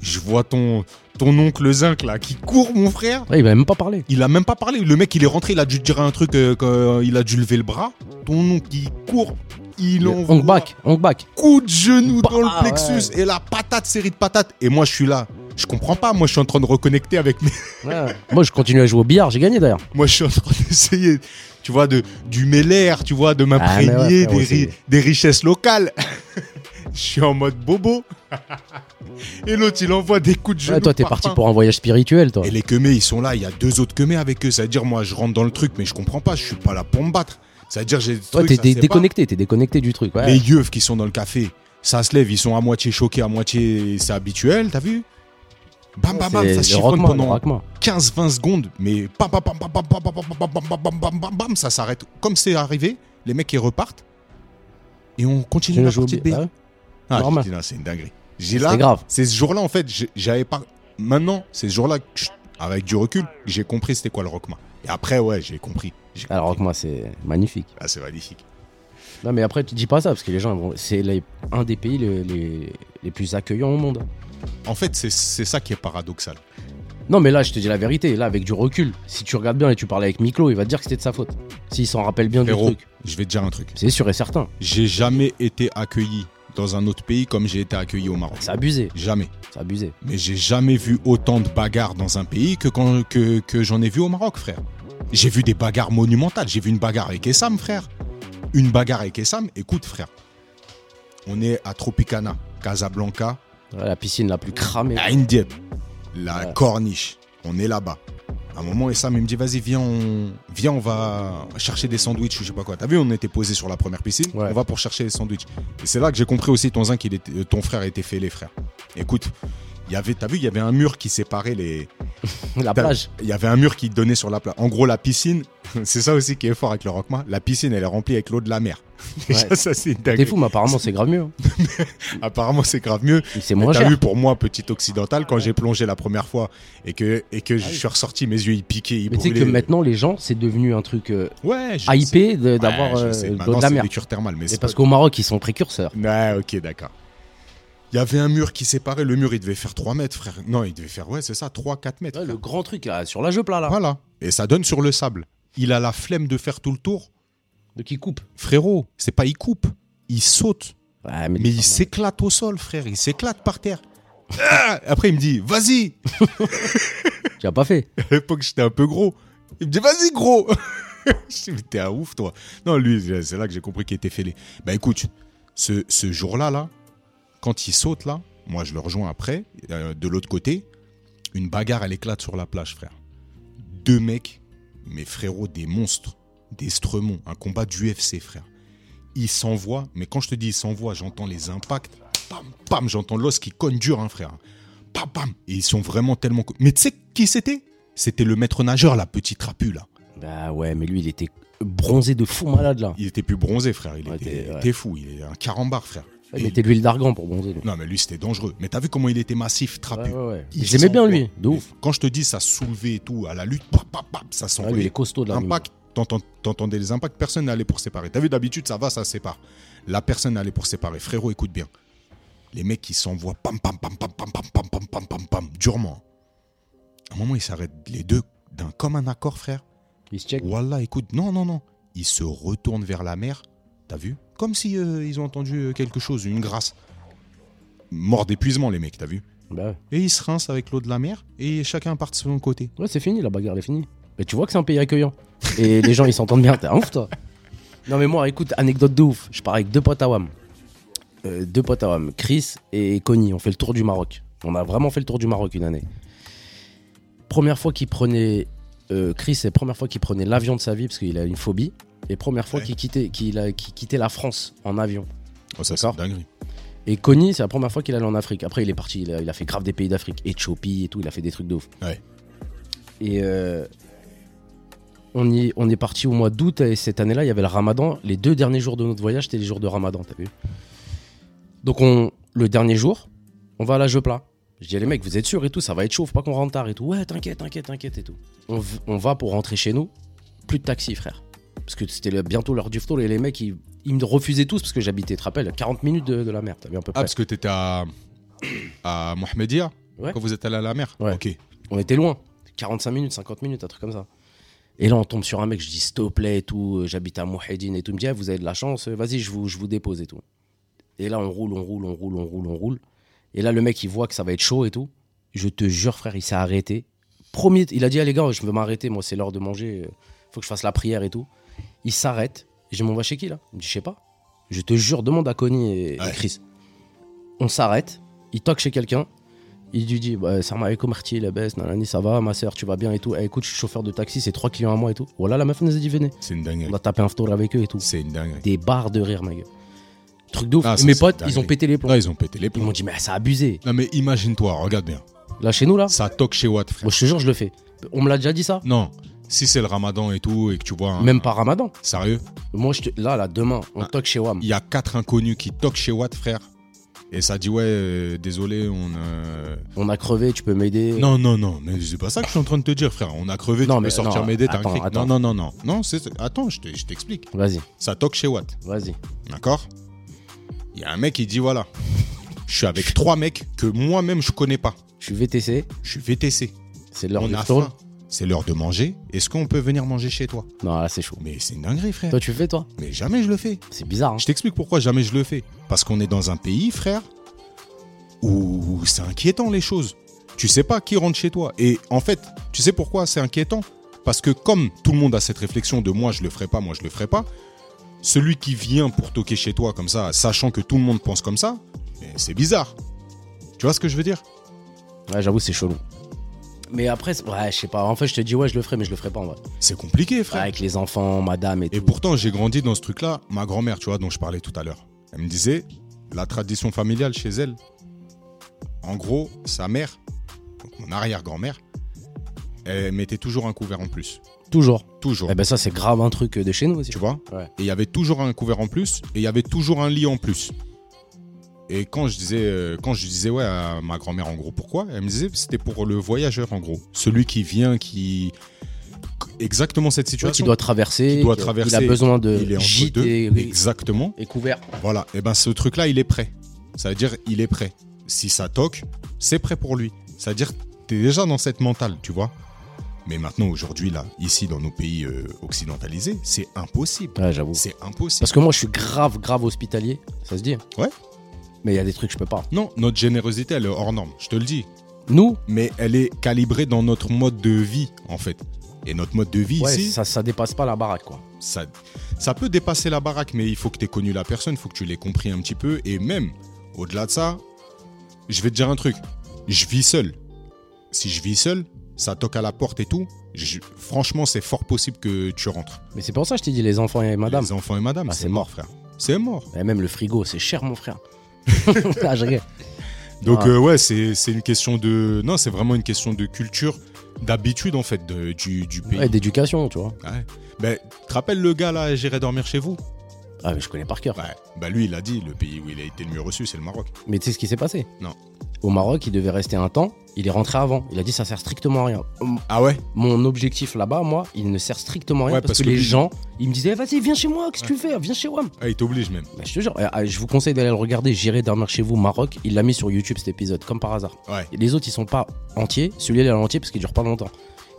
Je vois ton, ton oncle Zinc là qui court, mon frère. Ouais, il m'a même pas parlé. Il a même pas parlé. Le mec, il est rentré, il a dû dire un truc, euh, que- il a dû lever le bras. Ton oncle, il court, il envoie Hong back, Hong back. coup de genou Bah, dans le plexus et la patate, série de patates. Et moi, je suis là. Je comprends pas. Moi, je suis en train de reconnecter avec mes. Ouais. Moi, je continue à jouer au billard, j'ai gagné d'ailleurs. Moi, je suis en train d'essayer, tu vois, de, du mêlère, tu vois, de Ah, mais m'imprégner ouais, frérot, des, ri- des richesses locales. je suis en mode bobo. et l'autre, il envoie des coups de genou. Ouais, toi, t'es parfum. parti pour un voyage spirituel, toi. Et les quemés, ils sont là, il y a deux autres quemés avec eux. C'est-à-dire, moi, je rentre dans le truc, mais je comprends pas, je suis pas là pour me battre. C'est-à-dire, j'ai des Toi, trucs, t'es ça dé- se fait pas. déconnecté, t'es déconnecté du truc. Ouais. Les yeux qui sont dans le café, ça se lève, ils sont à moitié choqués, à moitié. C'est habituel, t'as vu Bam, bam, bam, C'est ça le chiffonne rockman, le pendant rockman. 15-20 secondes, mais pam, pam, pam, pam, pam, pam, pam, pam, pam, pam, pam, pam, pam, pam, bam, ça s'arrête. Comme c'est arrivé, les mecs, ils repartent. Et on continue Tu la joues au partie B. billard. Bah ouais. Ah, j'ai normal. dit, non, c'est une dinguerie. J'ai là, C'était grave. c'est ce jour-là, en fait, j'ai- j'avais pas. Maintenant, c'est ce jour-là, que je- avec du recul, que j'ai compris c'était quoi le Rockman. Et après, ouais, j'ai compris. J'ai Alors, compris. Rockman, c'est magnifique. Ah, c'est magnifique. Non, mais après, tu dis pas ça parce que les gens, ils vont- c'est les- un des pays les, les- les plus accueillants au monde. En fait, c'est c'est ça qui est paradoxal. Non, mais là, je te dis la vérité. Là, avec du recul, si tu regardes bien et tu parles avec Miklo, il va te dire que c'était de sa faute. S'il s'en rappelle bien Frérot. du truc. Je vais te dire un truc. C'est sûr et certain. J'ai jamais été accueilli dans un autre pays comme j'ai été accueilli au Maroc. C'est abusé. Jamais. C'est abusé. Mais j'ai jamais vu autant de bagarres dans un pays que, quand, que, que j'en ai vu au Maroc, frère. J'ai vu des bagarres monumentales. J'ai vu une bagarre avec Essam, frère. Une bagarre avec Essam. Écoute, frère. On est à Tropicana, Casablanca, Ouais, la piscine la plus cramée. à Indiep, la Ouais. corniche. On est là-bas. À un moment, Essam, il me dit, vas-y, viens on... viens, on va chercher des sandwichs ou je sais pas quoi. T'as vu, on était posé sur la première piscine. Ouais. On va pour chercher des sandwichs. Et c'est là que j'ai compris aussi ton zinc, il était- euh, ton frère était fêlé, frère. Écoute, il y avait, t'as vu, il y avait un mur qui séparait les. La t'as- plage. Il y avait un mur qui donnait sur la plage. En gros, la piscine, c'est ça aussi qui est fort avec le Rockma. La piscine, elle est remplie avec l'eau de la mer. Déjà, Ouais. ça, c'est T'es dingue. fou, mais apparemment, c'est grave mieux. hein. Apparemment, c'est grave mieux. C'est Mais moins T'as cher. vu pour moi, petit occidental, quand j'ai plongé la première fois et que, et que je Ah oui. suis ressorti, mes yeux ils piquaient, ils Mais tu sais que brûlaient. maintenant, les gens, c'est devenu un truc euh, ouais, je sais. hypé de- d'avoir Ouais, je euh, sais. de Maintenant, de la c'est mer. des cures thermales, mais C'est c'est parce qu'au Maroc, ils sont précurseurs. Ouais, ok, d'accord. Il y avait un mur qui séparait. Le mur, il devait faire 3 mètres, frère. Non, il devait faire, ouais, c'est ça, 3-4 mètres. Ouais, frère. le grand truc là, sur la jeu plat là, Voilà. Et ça donne sur le sable. Il a la flemme de faire tout le tour. de qui coupe. Frérot, c'est pas il coupe, il saute. Ouais, Mais il s'éclate au sol, frère. Il s'éclate par terre. Ah Après, il me dit, vas-y, Tu as pas fait. À l'époque, j'étais un peu gros. Il me dit, vas-y, gros Je dis, mais t'es un ouf, toi. Non, lui, c'est là que j'ai compris qu'il était fêlé. Bah écoute, ce, ce jour-là, là, quand il saute, là, moi, je le rejoins après, euh, de l'autre côté, une bagarre, elle éclate sur la plage, frère. Deux mecs, mes frérots, des monstres, des stremons, un combat d'UFC, frère. Ils s'envoient, mais quand je te dis ils s'envoient, j'entends les impacts. Pam, pam, j'entends l'os qui cogne dur, hein, frère. Pam, pam. Et ils sont vraiment tellement. co- Mais tu sais qui c'était C'était le maître nageur, la petite trapu, là. Bah ouais, mais lui il était bronzé de fou malade là. Il était plus bronzé, frère. Il Ouais, était, t'es- ouais. t'es fou. Il est un carambar, frère. Il Et mettait de l'huile d'argan pour bronzer. lui. il- Non, mais lui, c'était dangereux. Mais t'as vu comment il était massif, trapu Ouais, ouais, ouais. Ah, Il J'aimais bien s'envoie. lui, de ouf. Quand je te dis ça se soulevait et tout, à la lutte, pam, pam, pam, ça Ouais, Ah, lui il est s'envoyait. costaud de la Impact, t'entends- t'entendais les impacts, personne n'allait pour séparer. T'as vu, d'habitude, ça va, ça sépare. La personne allait pour séparer. Frérot, écoute bien. Les mecs, ils s'envoient pam, pam, pam, pam, pam, pam, pam, pam, pam, pam, pam, durement. À un moment, ils s'arrêtent les deux d'un comme un accord, frère. Il se check. Wallah, écoute, non, non, non. Ils se retournent vers la mer, t'as vu Comme si euh, ils ont entendu euh, quelque chose, une grâce. Mort d'épuisement, les mecs, t'as vu Bah ouais. Et ils se rincent avec l'eau de la mer, et chacun part de son côté. Ouais, c'est fini, la bagarre elle est finie. Mais tu vois que c'est un pays accueillant. Et les gens ils s'entendent bien, t'es un ouf toi. Non mais moi écoute, anecdote de ouf. Je pars avec deux potes à WAM. Euh, deux potes à WAM, Chris et Connie. On fait le tour du Maroc. On a vraiment fait le tour du Maroc une année. Première fois qu'il prenait. euh, Chris, c'est la première fois qu'il prenait l'avion de sa vie parce qu'il a une phobie. Et première fois Ouais. qu'il quittait, qu'il a- qu'il quittait la France en avion. Oh, ça, c'est D'accord. dinguerie. Et Connie, c'est la première fois qu'il allait en Afrique. Après, il est parti, il a, il a fait grave des pays d'Afrique, Éthiopie et tout, il a fait des trucs de ouf. Ouais. Et euh, on, y, on est parti au mois d'août, et cette année-là, il y avait le ramadan. Les deux derniers jours de notre voyage, c'était les jours de ramadan, t'as vu Donc, on, le dernier jour, on va à la jeu plat. Je dis, les mecs, vous êtes sûrs et tout, ça va être chaud, faut pas qu'on rentre tard et tout. Ouais, t'inquiète, t'inquiète, t'inquiète et tout. On, v- on va pour rentrer chez nous, plus de taxi, frère. Parce que c'était le- bientôt l'heure du foot et les mecs, ils, ils me refusaient tous parce que j'habitais, tu te rappelles, 40 minutes de, de la mer, t'as vu à peu Ah, près. parce que t'étais à, à Mohamedia Ouais. quand vous êtes allé à la mer Ouais. Ok. On était loin, 45 minutes, 50 minutes, un truc comme ça. Et là, on tombe sur un mec, je dis, s'il te plaît, et tout, euh, j'habite à Mouhedine et tout, il me dit, Ah, vous avez de la chance, euh, vas-y, je vous, je vous dépose et tout. Et là, on roule, on roule, on roule, on roule, on roule. Et là, le mec, il voit que ça va être chaud et tout. Je te jure, frère, il s'est arrêté. Premier, il a dit, ah, les gars, je veux m'arrêter, moi, c'est l'heure de manger, euh, faut que je fasse la prière et tout. Il s'arrête. Je dis, mais on va chez qui, là Il me dit, je sais pas. Je te jure, demande à Connie et, et Ouais. Chris. On s'arrête. Il toque chez quelqu'un. Il lui dit, bah, Salam alaikum, Marty, la baisse, nanani, ça va, ma soeur, tu vas bien et tout. Eh, écoute, je suis chauffeur de taxi, c'est trois clients à moi et tout. Voilà, la meuf nous a dit, venez. C'est une dinguerie. On a tapé un tour avec eux et tout. C'est une dinguerie. Des barres de rire, ma gueule. Truc de ouf. Ah, Et ça, mes c'est potes, dingue. ils ont pété les plombs. Là, ils ont pété les Ils plombs. m'ont dit, mais c'est abusé. Non, mais imagine-toi, regarde bien. Là, chez nous, là, Ça toque chez Watt, frère. moi, je te jure, je le fais. On me l'a déjà dit ça Non, si c'est le ramadan et tout, et que tu vois. un- Même pas Ramadan. Sérieux Moi, je te... là, là, demain, on Ah. toque chez WAM. Il y a quatre inconnus qui toquent chez Watt, frère. Et ça dit, ouais, euh, désolé, on. euh, On a crevé, tu peux m'aider. Non, non, non, mais c'est pas ça que je suis en train de te dire, frère. On a crevé, Non, tu mais peux sortir non, m'aider, t'as un attends, cric. attends. Non, non, non, non. Non, c'est... attends, je te- je t'explique. Vas-y, Ça toque chez Watt, vas-y. d'accord Il y a un mec qui dit, voilà, je suis avec trois mecs que moi-même je connais pas. Je suis VTC, Je suis VTC. c'est l'heure on du a retour. faim. C'est l'heure de manger. Est-ce qu'on peut venir manger chez toi Non, là, c'est chaud. Mais c'est une dinguerie, frère. Toi, tu le fais, toi Mais jamais je le fais. C'est bizarre. hein. Je t'explique pourquoi jamais je le fais. Parce qu'on est dans un pays, frère, où c'est inquiétant les choses. Tu sais pas qui rentre chez toi. Et en fait, tu sais pourquoi c'est inquiétant Parce que comme tout le monde a cette réflexion de moi je le ferai pas, moi je le ferai pas, celui qui vient pour toquer chez toi comme ça, sachant que tout le monde pense comme ça, eh, c'est bizarre. Tu vois ce que je veux dire Ouais, j'avoue, c'est chelou. Mais après, c'est- ouais, je sais pas. En fait, je te dis, ouais, je le ferai, mais je le ferai pas en vrai. C'est compliqué, Ouais, frère. avec les enfants, madame et, Et tout. pourtant, j'ai grandi dans ce truc-là. Ma grand-mère, tu vois, dont je parlais tout à l'heure, elle me disait, la tradition familiale chez elle, en gros, sa mère, donc mon arrière-grand-mère, elle mettait toujours un couvert en plus. Toujours. Toujours. Eh ben, ça, c'est grave un truc de chez nous aussi. Tu vois Ouais. Et il y avait toujours un couvert en plus, et il y avait toujours un lit en plus. Et quand je disais, euh, quand je disais ouais à ma grand-mère en gros pourquoi, elle me disait c'était pour le voyageur en gros, celui qui vient, qui exactement cette Tu vois, qui situation. doit traverser. Qui doit qui- traverser. Il a besoin il est de entre gîte deux, et, exactement. et couvert. Voilà, et ben ce truc-là, il est prêt. Ça veut dire, il est prêt. Si ça toque, c'est prêt pour lui. Ça veut dire, t'es déjà dans cette mentale, tu vois. Mais maintenant, aujourd'hui, là, ici, dans nos pays euh, occidentalisés, c'est impossible. Ouais, j'avoue. C'est impossible. Parce que moi, je suis grave, grave hospitalier. Ça se dit Ouais. Mais il y a des trucs, je peux pas. Non, notre générosité, elle est hors norme, je te le dis. Nous, Mais elle est calibrée dans notre mode de vie, en fait. Et notre mode de vie ouais, ici, ça... ça, ça dépasse pas la baraque, quoi. Ça, peut dépasser la baraque, mais il faut que tu aies connu la personne, il faut que tu l'aies compris un petit peu. Et même, au-delà de ça, je vais te dire un truc. Je vis seul. Si je vis seul, ça toque à la porte et tout. je- franchement, c'est fort possible que tu rentres. Mais c'est pour ça que je t'ai dit les enfants et madame. Les enfants et madame, Ah, c'est c'est mort, frère. C'est mort. Et même le frigo, c'est cher, mon frère. ah, je rigole. Donc, Ouais. euh, ouais, c'est c'est une question de. Non, c'est vraiment une question de culture, d'habitude, en fait, de- du, du pays. Ouais, d'éducation, tu vois. Ouais. Ben, te rappelles le gars là, j'irai dormir chez vous Ah, mais je connais par cœur. Ouais. Bah, lui, il a dit, le pays où il a été le mieux reçu, c'est le Maroc. Mais tu sais ce qui s'est passé Non. Au Maroc, il devait rester un temps. Il est rentré avant. Il a dit ça sert strictement à rien. M- Ah ouais Mon objectif là-bas, moi, il ne sert strictement à rien Ouais, parce, parce que, que les lui- gens, ils me disaient eh, vas-y, viens chez moi, qu'est-ce que tu fais Viens chez WAM. Ah, il t'oblige même. Bah, je te jure, eh, eh, je vous conseille d'aller le regarder. J'irai dormir chez vous, Maroc. Il l'a mis sur YouTube cet épisode, comme par hasard. Ouais. Et les autres, ils sont pas entiers. Celui-là, il est en entier parce qu'il dure pas longtemps.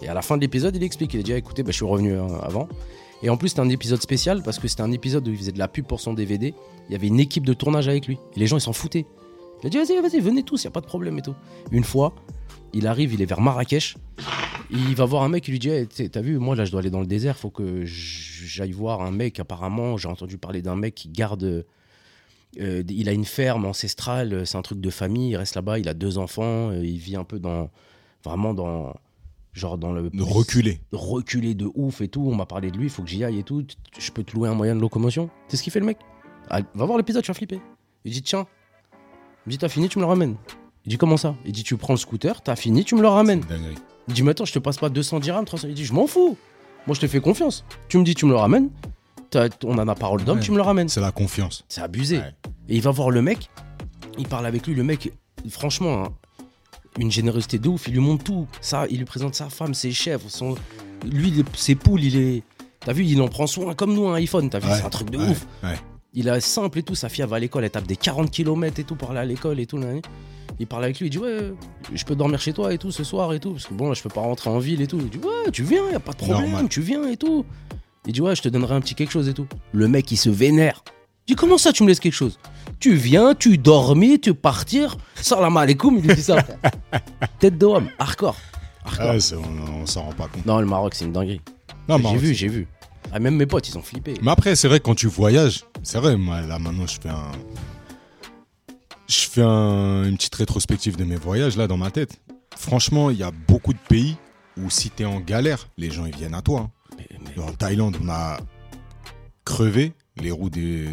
Et à la fin de l'épisode, il explique. Il a dit Ah, écoutez, bah, je suis revenu euh, avant. Et en plus, c'était un épisode spécial parce que c'était un épisode où il faisait de la pub pour son DVD. Il y avait une équipe de tournage avec lui. Et les gens, ils s'en foutaient. Il a dit Vas-y, vas-y, venez tous, il a pas de problème et tout. Une fois, il arrive, il est vers Marrakech. Il va voir un mec, il lui dit Eh, t'sais, T'as vu, moi là, je dois aller dans le désert. Faut que j- j'aille voir un mec. Apparemment, j'ai entendu parler d'un mec qui garde. Euh, il a une ferme ancestrale, euh, c'est un truc de famille, il reste là-bas, il a deux enfants, euh, il vit un peu dans. Vraiment dans. Genre dans le. De reculer. Reculé de ouf et tout, on m'a parlé de lui, il faut que j'y aille et tout, tu- tu- je peux te louer un moyen de locomotion. C'est ce qu'il fait le mec. Ah, va voir l'épisode, tu vas flipper. Il dit tiens. Il dit t'as fini, tu me le ramènes. Il dit comment ça Il dit tu prends le scooter, t'as fini, tu me le ramènes. C'est une dinguerie. Il dit, mais attends, je te passe pas 200 dirhams, 300. Il dit, je m'en fous. Moi, je te fais confiance. Tu me dis, tu me le ramènes. T'as- On en a parole d'homme, Ouais. tu me le ramènes. C'est la confiance. C'est abusé. Ouais. Et il va voir le mec. Il parle avec lui. Le mec, franchement, hein, une générosité de ouf. Il lui montre tout. Ça, il lui présente sa femme, ses chèvres, son... lui, les- ses poules. Il est, T'as vu, il en prend soin comme nous un iPhone. T'as vu, Ouais, c'est un truc de ouais, ouf. ouais. Il est simple et tout. Sa fille, elle va à l'école, elle tape des 40 km et tout pour aller à l'école et tout. nanani. Il parle avec lui, il dit Ouais, je peux dormir chez toi et tout ce soir et tout. Parce que bon, là, je peux pas rentrer en ville et tout. Il dit Ouais, tu viens, y a pas de problème, Normal. tu viens et tout. Il dit Ouais, je te donnerai un petit quelque chose et tout. Le mec, il se vénère. Il dit Comment ça, tu me laisses quelque chose Tu viens, tu dormis, tu partir. Salam alaikum, il lui dit ça. frère. Tête de homme, hardcore. hardcore. Ouais, Ah, c'est- on, on s'en rend pas compte. Non, le Maroc, c'est une dinguerie. Non, mais j'ai en- vu, j'ai vu. Ah, même mes potes, ils ont flippé. Mais après, c'est vrai, quand tu voyages, c'est vrai, moi, là, maintenant, je fais un. Je fais un- une petite rétrospective de mes voyages, là, dans ma tête. Franchement, il y a beaucoup de pays où, si t'es en galère, les gens, ils viennent à toi. hein. Mais- mais- En Thaïlande, on a crevé les roues des-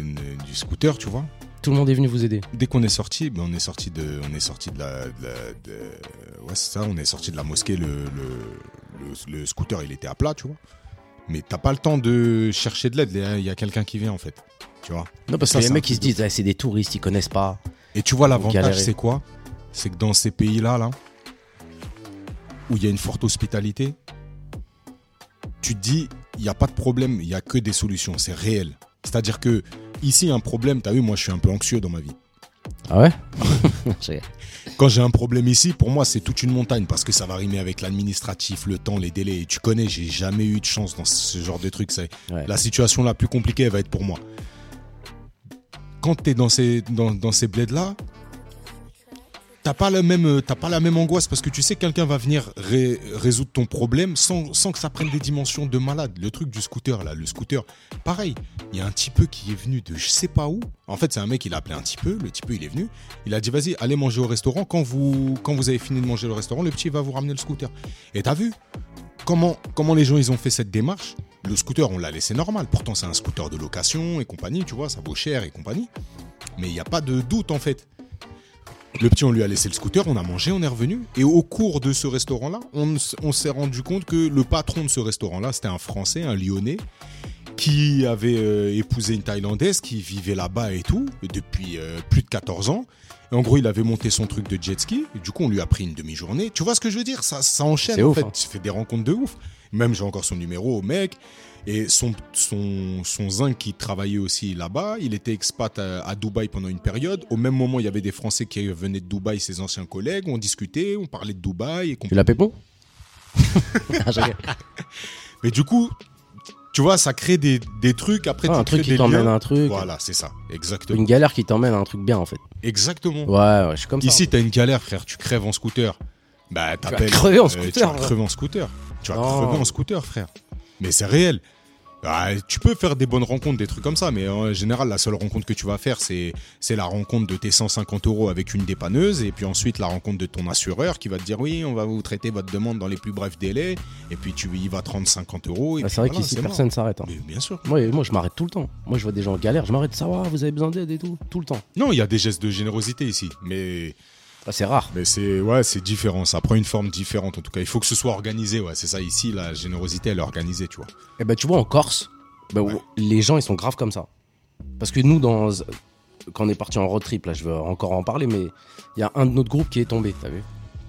du scooter, tu vois. Tout le monde est venu vous aider. Dès qu'on est sorti, ben, on est sorti de, on est sorti de la, de la- de- ouais c'est ça, on est sorti de la mosquée. Le, le, le- le scooter, il était à plat, tu vois. Mais t'as pas le temps de chercher de l'aide. Il y a quelqu'un qui vient en fait, tu vois. Non, parce Ça, que les c'est mecs, un ils se disent, Ah, c'est des touristes, ils connaissent pas. Et tu vois l'avantage, galérer. c'est quoi C'est que dans ces pays-là, là, où il y a une forte hospitalité, tu te dis, il n'y a pas de problème, il n'y a que des solutions, c'est réel. C'est-à-dire que ici, un problème, t'as vu, moi, je suis un peu anxieux dans ma vie. Ah ouais C'est- Quand j'ai un problème ici, pour moi, c'est toute une montagne parce que ça va rimer avec l'administratif, le temps, les délais. Et tu connais, j'ai jamais eu de chance dans ce genre de truc. C'est Ouais. La situation la plus compliquée, elle va être pour moi. Quand tu es dans ces, dans, dans ces bleds-là, t'as pas, la même, euh, t'as pas la même angoisse parce que tu sais que quelqu'un va venir ré- résoudre ton problème sans, sans que ça prenne des dimensions de malade. Le truc du scooter, là, le scooter, pareil. Il y a un petit peu qui est venu de je sais pas où. En fait, c'est un mec, il a appelé un petit peu. Le petit peu, il est venu. Il a dit vas-y, allez manger au restaurant. Quand vous, quand vous avez fini de manger le restaurant, le petit va vous ramener le scooter. Et t'as vu comment, comment les gens ils ont fait cette démarche Le scooter, on l'a laissé normal. Pourtant, c'est un scooter de location et compagnie, tu vois, ça vaut cher et compagnie. Mais il n'y a pas de doute en fait. Le petit, on lui a laissé le scooter, on a mangé, on est revenu. Et au cours de ce restaurant-là, on, s- on s'est rendu compte que le patron de ce restaurant-là, c'était un Français, un Lyonnais, qui avait euh, épousé une Thaïlandaise, qui vivait là-bas et tout, depuis euh, plus de 14 ans. Et en gros, il avait monté son truc de jet ski. Et du coup, on lui a pris une demi-journée. Tu vois ce que je veux dire ça, ça enchaîne, C'est en ouf, fait. hein. Tu fais des rencontres de ouf. Même, j'ai encore son numéro au mec. Et son, son, son zinc qui travaillait aussi là-bas, il était expat à, à Dubaï pendant une période. Au même moment, il y avait des Français qui venaient de Dubaï, ses anciens collègues. On discutait, on parlait de Dubaï. Et Tu l'as pépon Ah, je rigole. Mais du coup, tu vois, ça crée des, des trucs. Après, Ah, tu un crées truc qui des t'emmène liens. à un truc. Voilà, c'est ça. Exactement. Une galère qui t'emmène à un truc bien, en fait. Exactement. Ouais, ouais, je suis comme ça. Ici, t'as une galère, frère. Tu crèves en scooter. Bah, t'appelles. crever en euh, scooter, Tu vas ouais. crever en scooter. Tu vas Non. crever en scooter, frère. Mais c'est réel. Ah, tu peux faire des bonnes rencontres, des trucs comme ça, mais en général, la seule rencontre que tu vas faire, c'est c'est la rencontre de tes 150 euros avec une dépanneuse, et puis ensuite la rencontre de ton assureur qui va te dire oui, on va vous traiter votre demande dans les plus brefs délais, et puis tu y vas 30-50 euros. et Ah, puis c'est vrai voilà, qu'ici, c'est mort. personne s'arrête. hein. Mais bien sûr. Moi, moi, je m'arrête tout le temps. Moi, je vois des gens en galère, je m'arrête, ça va, vous avez besoin d'aide et tout, tout le temps. Non, il y a des gestes de générosité ici, mais, Ah, c'est rare. mais c'est ouais, c'est différent. Ça prend une forme différente en tout cas. Il faut que ce soit organisé. Ouais, c'est ça. Ici, la générosité, elle est organisée, tu vois. Et ben tu vois, en Corse, ben, Ouais. les gens, ils sont graves comme ça. Parce que nous, dans... quand on est parti en road trip, là, je veux encore en parler, mais il y a un de notre groupe qui est tombé, t'as vu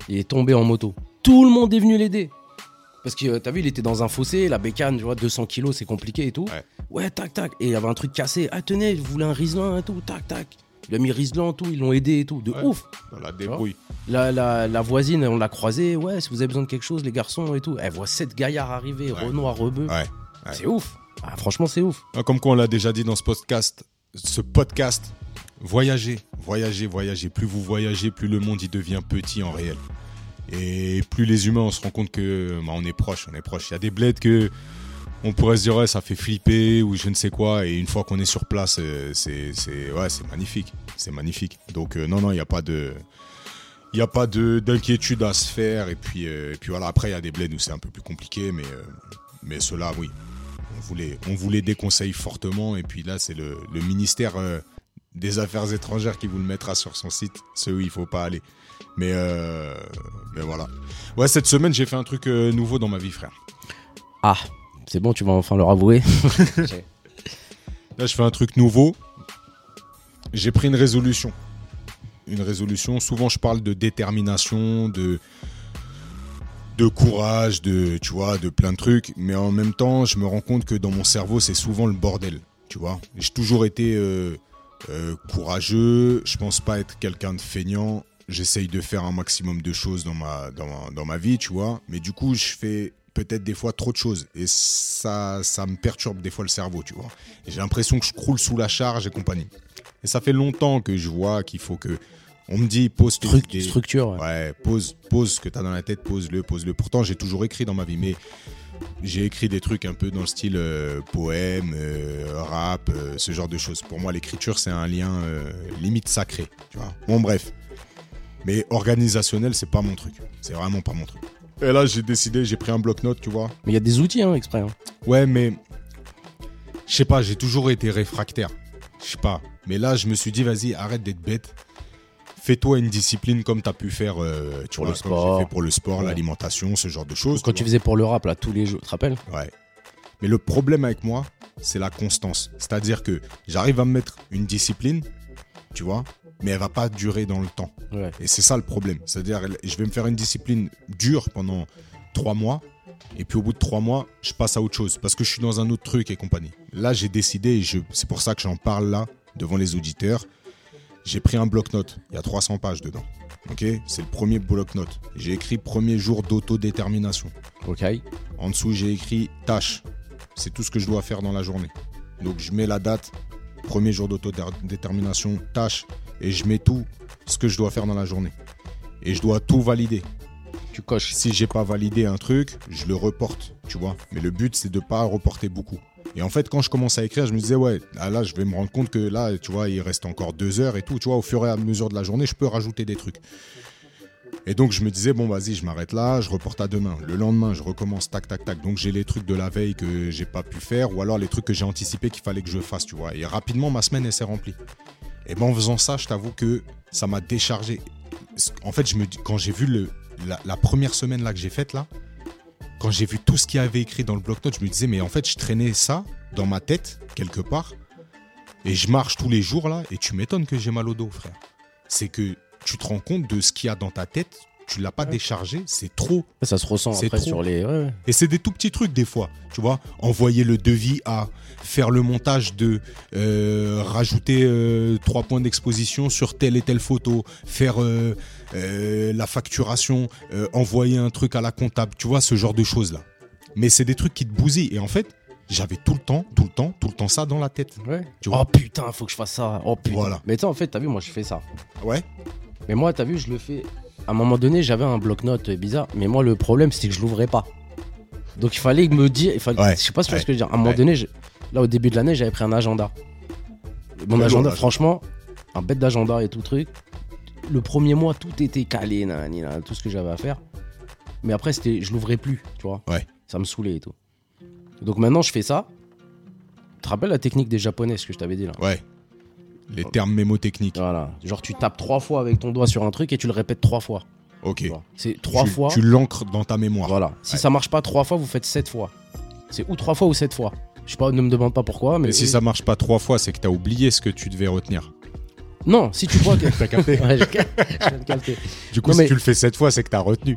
Il est tombé en moto. Tout le monde est venu l'aider. Parce que, euh, t'as vu, il était dans un fossé, la bécane, tu vois, 200 kilos, c'est compliqué et tout. Ouais. tac, tac. Et il y avait un truc cassé. Ah, tenez, vous voulez un Riesling et tout, tac, tac. Il a mis Riesling, tout, ils l'ont aidé et tout. De Ouais. ouf Dans la débrouille. la, la, la voisine, on l'a croisée. Ouais, si vous avez besoin de quelque chose, les garçons et tout. Elle voit sept gaillards arriver, Ouais. Renoir, Rebeu. Ouais, ouais. C'est ouf. Ah, franchement, c'est ouf. Ah, Comme quoi, on l'a déjà dit dans ce podcast. Ce podcast. Voyager, voyager, voyager. Plus vous voyagez, plus le monde y devient petit en réel. Et plus les humains, on se rend compte que bah, on est proche, on est proche. Il y a des bleds que on pourrait se dire ouais, ça fait flipper ou je ne sais quoi. Et une fois qu'on est sur place, euh, c'est c'est- ouais, c'est magnifique, c'est magnifique. Donc euh, non non, il n'y a pas de il y a pas de d'inquiétude à se faire. Et puis euh, et puis voilà. Après, il y a des bleds où c'est un peu plus compliqué, mais euh, mais cela oui, on vous les on vous les déconseille fortement. Et puis là, c'est le, le ministère euh, des Affaires étrangères qui vous le mettra sur son site, ceux où il faut pas aller. Mais, euh, mais voilà. Ouais, cette semaine, j'ai fait un truc euh, nouveau dans ma vie, frère. Ah, c'est bon, tu vas enfin leur avouer. Là, je fais un truc nouveau. J'ai pris une résolution. Une résolution. Souvent, je parle de détermination, de de courage, de, tu vois, de plein de trucs. Mais en même temps, je me rends compte que dans mon cerveau, c'est souvent le bordel, tu vois. J'ai toujours été euh, euh, courageux. Je pense pas être quelqu'un de feignant. J'essaye de faire un maximum de choses dans ma, dans ma, dans ma vie, tu vois. Mais du coup, je fais peut-être des fois trop de choses. Et ça, ça me perturbe des fois le cerveau, tu vois. Et J'ai l'impression que je croule sous la charge et compagnie. Et ça fait longtemps que je vois qu'il faut que. On me dit, pose tes Truc, idées. structure. ouais. Ouais, pose, pose ce que t'as dans la tête, pose-le, pose-le. Pourtant, j'ai toujours écrit dans ma vie, mais j'ai écrit des trucs un peu dans le style euh, poème, euh, rap, euh, ce genre de choses. Pour moi, l'écriture, c'est un lien euh, limite sacré. Tu vois bon, bref. Mais organisationnel, c'est pas mon truc. C'est vraiment pas mon truc. Et là, j'ai décidé, j'ai pris un bloc-notes, tu vois. Mais il y a des outils hein, exprès. hein. Ouais, mais je sais pas, j'ai toujours été réfractaire. Je sais pas. Mais là, je me suis dit, vas-y, arrête d'être bête. Fais-toi une discipline comme t'as pu faire euh, tu Pour vois, le comme j'ai sport. fait pour le sport, Ouais. l'alimentation, ce genre de choses. Quand tu vois. faisais pour le rap, là, tous les jours, tu te rappelles Ouais. Mais le problème avec moi, c'est la constance. C'est-à-dire que j'arrive à me mettre une discipline, tu vois, mais elle va pas durer dans le temps. Ouais. Et c'est ça le problème. C'est-à-dire, elle- je vais me faire une discipline dure pendant trois mois. Et puis au bout de trois mois, je passe à autre chose parce que je suis dans un autre truc et compagnie. Là, j'ai décidé, et je- c'est pour ça que j'en parle là, devant les auditeurs. J'ai pris un bloc-notes. Il y a 300 pages dedans. Ok C'est le premier bloc-notes. J'ai écrit premier jour d'autodétermination. Ok. En dessous, j'ai écrit tâche. C'est tout ce que je dois faire dans la journée. Donc, je mets la date, premier jour d'autodétermination, tâche, et je mets tout ce que je dois faire dans la journée. Et je dois tout valider. Tu coches. Si j'ai pas validé un truc, je le reporte, tu vois. Mais le but, c'est de pas reporter beaucoup. Et en fait, quand je commence à écrire, je me disais, ouais, ah là, je vais me rendre compte que là, tu vois, il reste encore deux heures et tout. Tu vois, au fur et à mesure de la journée, je peux rajouter des trucs. Et donc, je me disais, bon, vas-y, je m'arrête là, je reporte à demain. Le lendemain, je recommence, tac, tac, tac. Donc, j'ai les trucs de la veille que j'ai pas pu faire ou alors les trucs que j'ai anticipé qu'il fallait que je fasse, tu vois. Et rapidement, ma semaine, elle s'est remplie. Et ben, en faisant ça, je t'avoue que ça m'a déchargé. En fait, je me dis, quand j'ai vu le, la, la première semaine là que j'ai faite là, quand j'ai vu tout ce qu'il y avait écrit dans le bloc-notes, je me disais mais en fait je traînais ça dans ma tête quelque part et je marche tous les jours là et tu m'étonnes que j'ai mal au dos frère. C'est que tu te rends compte de ce qu'il y a dans ta tête, tu l'as pas déchargé, c'est trop. Ça se ressent C'est après trop. sur les. ouais, ouais. Et c'est des tout petits trucs des fois, tu vois. Envoyer le devis à faire le montage de euh, rajouter euh, trois points d'exposition sur telle et telle photo, faire euh, euh, la facturation, euh, envoyer un truc à la comptable, tu vois, ce genre de choses là. Mais c'est des trucs qui te bousillent. Et en fait, j'avais tout le temps, tout le temps, tout le temps ça dans la tête. Ouais. Tu vois. Oh putain, faut que je fasse ça. Oh putain. Voilà. Mais tu sais, en fait, t'as vu, moi, je fais ça. Ouais. Mais moi, t'as vu, je le fais. À un moment donné, j'avais un bloc-notes bizarre, mais moi, le problème, c'était que je l'ouvrais pas. Donc, il fallait me dire. Il fallait... Ouais. Je sais pas ce que Ouais. je veux dire. À un moment Ouais. donné, je- là, au début de l'année, j'avais pris un agenda. Mon Très agenda, lourd, franchement, un bête d'agenda et tout truc. Le premier mois, tout était calé, nanani, nanana, tout ce que j'avais à faire. Mais après, c'était, je l'ouvrais plus, tu vois. Ouais. Ça me saoulait et tout. Donc maintenant, je fais ça. Tu te rappelles la technique des Japonais, ce que je t'avais dit là Ouais. Les termes mémotechniques. Voilà. Genre, tu tapes trois fois avec ton doigt sur un truc et tu le répètes trois fois. Ok. Tu vois. C'est trois Tu- fois. Tu l'ancres dans ta mémoire. Voilà. Si Ouais. ça marche pas trois fois, vous faites sept fois. C'est ou trois fois ou sept fois. Je sais pas, ne me demande pas pourquoi, mais. Et si ça marche pas trois fois, c'est que t'as oublié ce que tu devais retenir. Non, si tu vois que. T'as capté Ouais, je... je viens de capter. Du coup, Non, si mais- tu le fais cette fois, c'est que t'as retenu.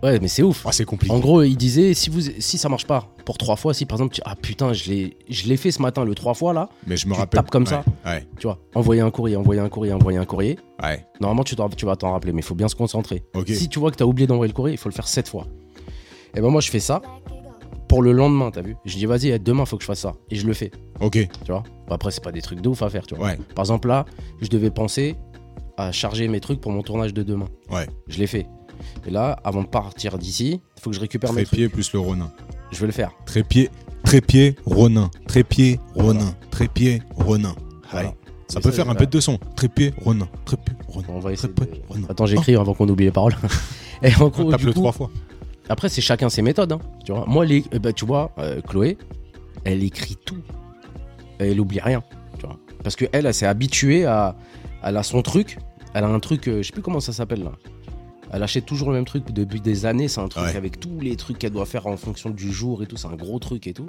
Ouais, mais c'est ouf. Ah, c'est compliqué. En gros, il disait si vous si ça marche pas pour trois fois, si par exemple tu ah putain je l'ai je l'ai fait ce matin le trois fois là, mais je me tu rappelle. tapes comme Ouais, ça. Ouais, tu vois, envoyer un courrier, envoyer un courrier, envoyer un courrier. ouais. Normalement tu, t'en- tu vas t'en rappeler, mais il faut bien se concentrer. Ok. Si tu vois que t'as oublié d'envoyer le courrier, il faut le faire sept fois. Et ben moi je fais ça pour le lendemain, t'as vu Je dis vas-y eh, demain faut que je fasse ça et je le fais, Ok. tu vois. Bon, après c'est pas des trucs de ouf à faire, tu vois. Ouais. Par exemple, là, je devais penser à charger mes trucs pour mon tournage de demain. Ouais. Je l'ai fait. Et là, avant de partir d'ici, il faut que je récupère mes trucs. Trépied plus le Ronin. Je vais le faire. Trépied, trépied, Ronin. Trépied, Ronin. Trépied, Ronin. Voilà. Ouais. Ça Mais peut faire un voilà. peu de son. Trépied, Ronin. Trépied, Ronin. On va essayer. Trépied, de- Ronin. Attends, j'écris avant qu'on oublie les paroles. Et en Oh. On gros, tape du le coup, trois fois. après, c'est chacun ses méthodes. hein, tu vois. Moi, les... eh ben, tu vois, euh, Chloé, elle écrit tout. Elle oublie rien. Tu vois. Parce que elle, elle s'est habituée à. Elle a son truc. Elle a un truc, euh, je sais plus comment ça s'appelle là. Elle achète toujours le même truc depuis des années. C'est un truc Ouais. avec tous les trucs qu'elle doit faire en fonction du jour et tout. C'est un gros truc et tout.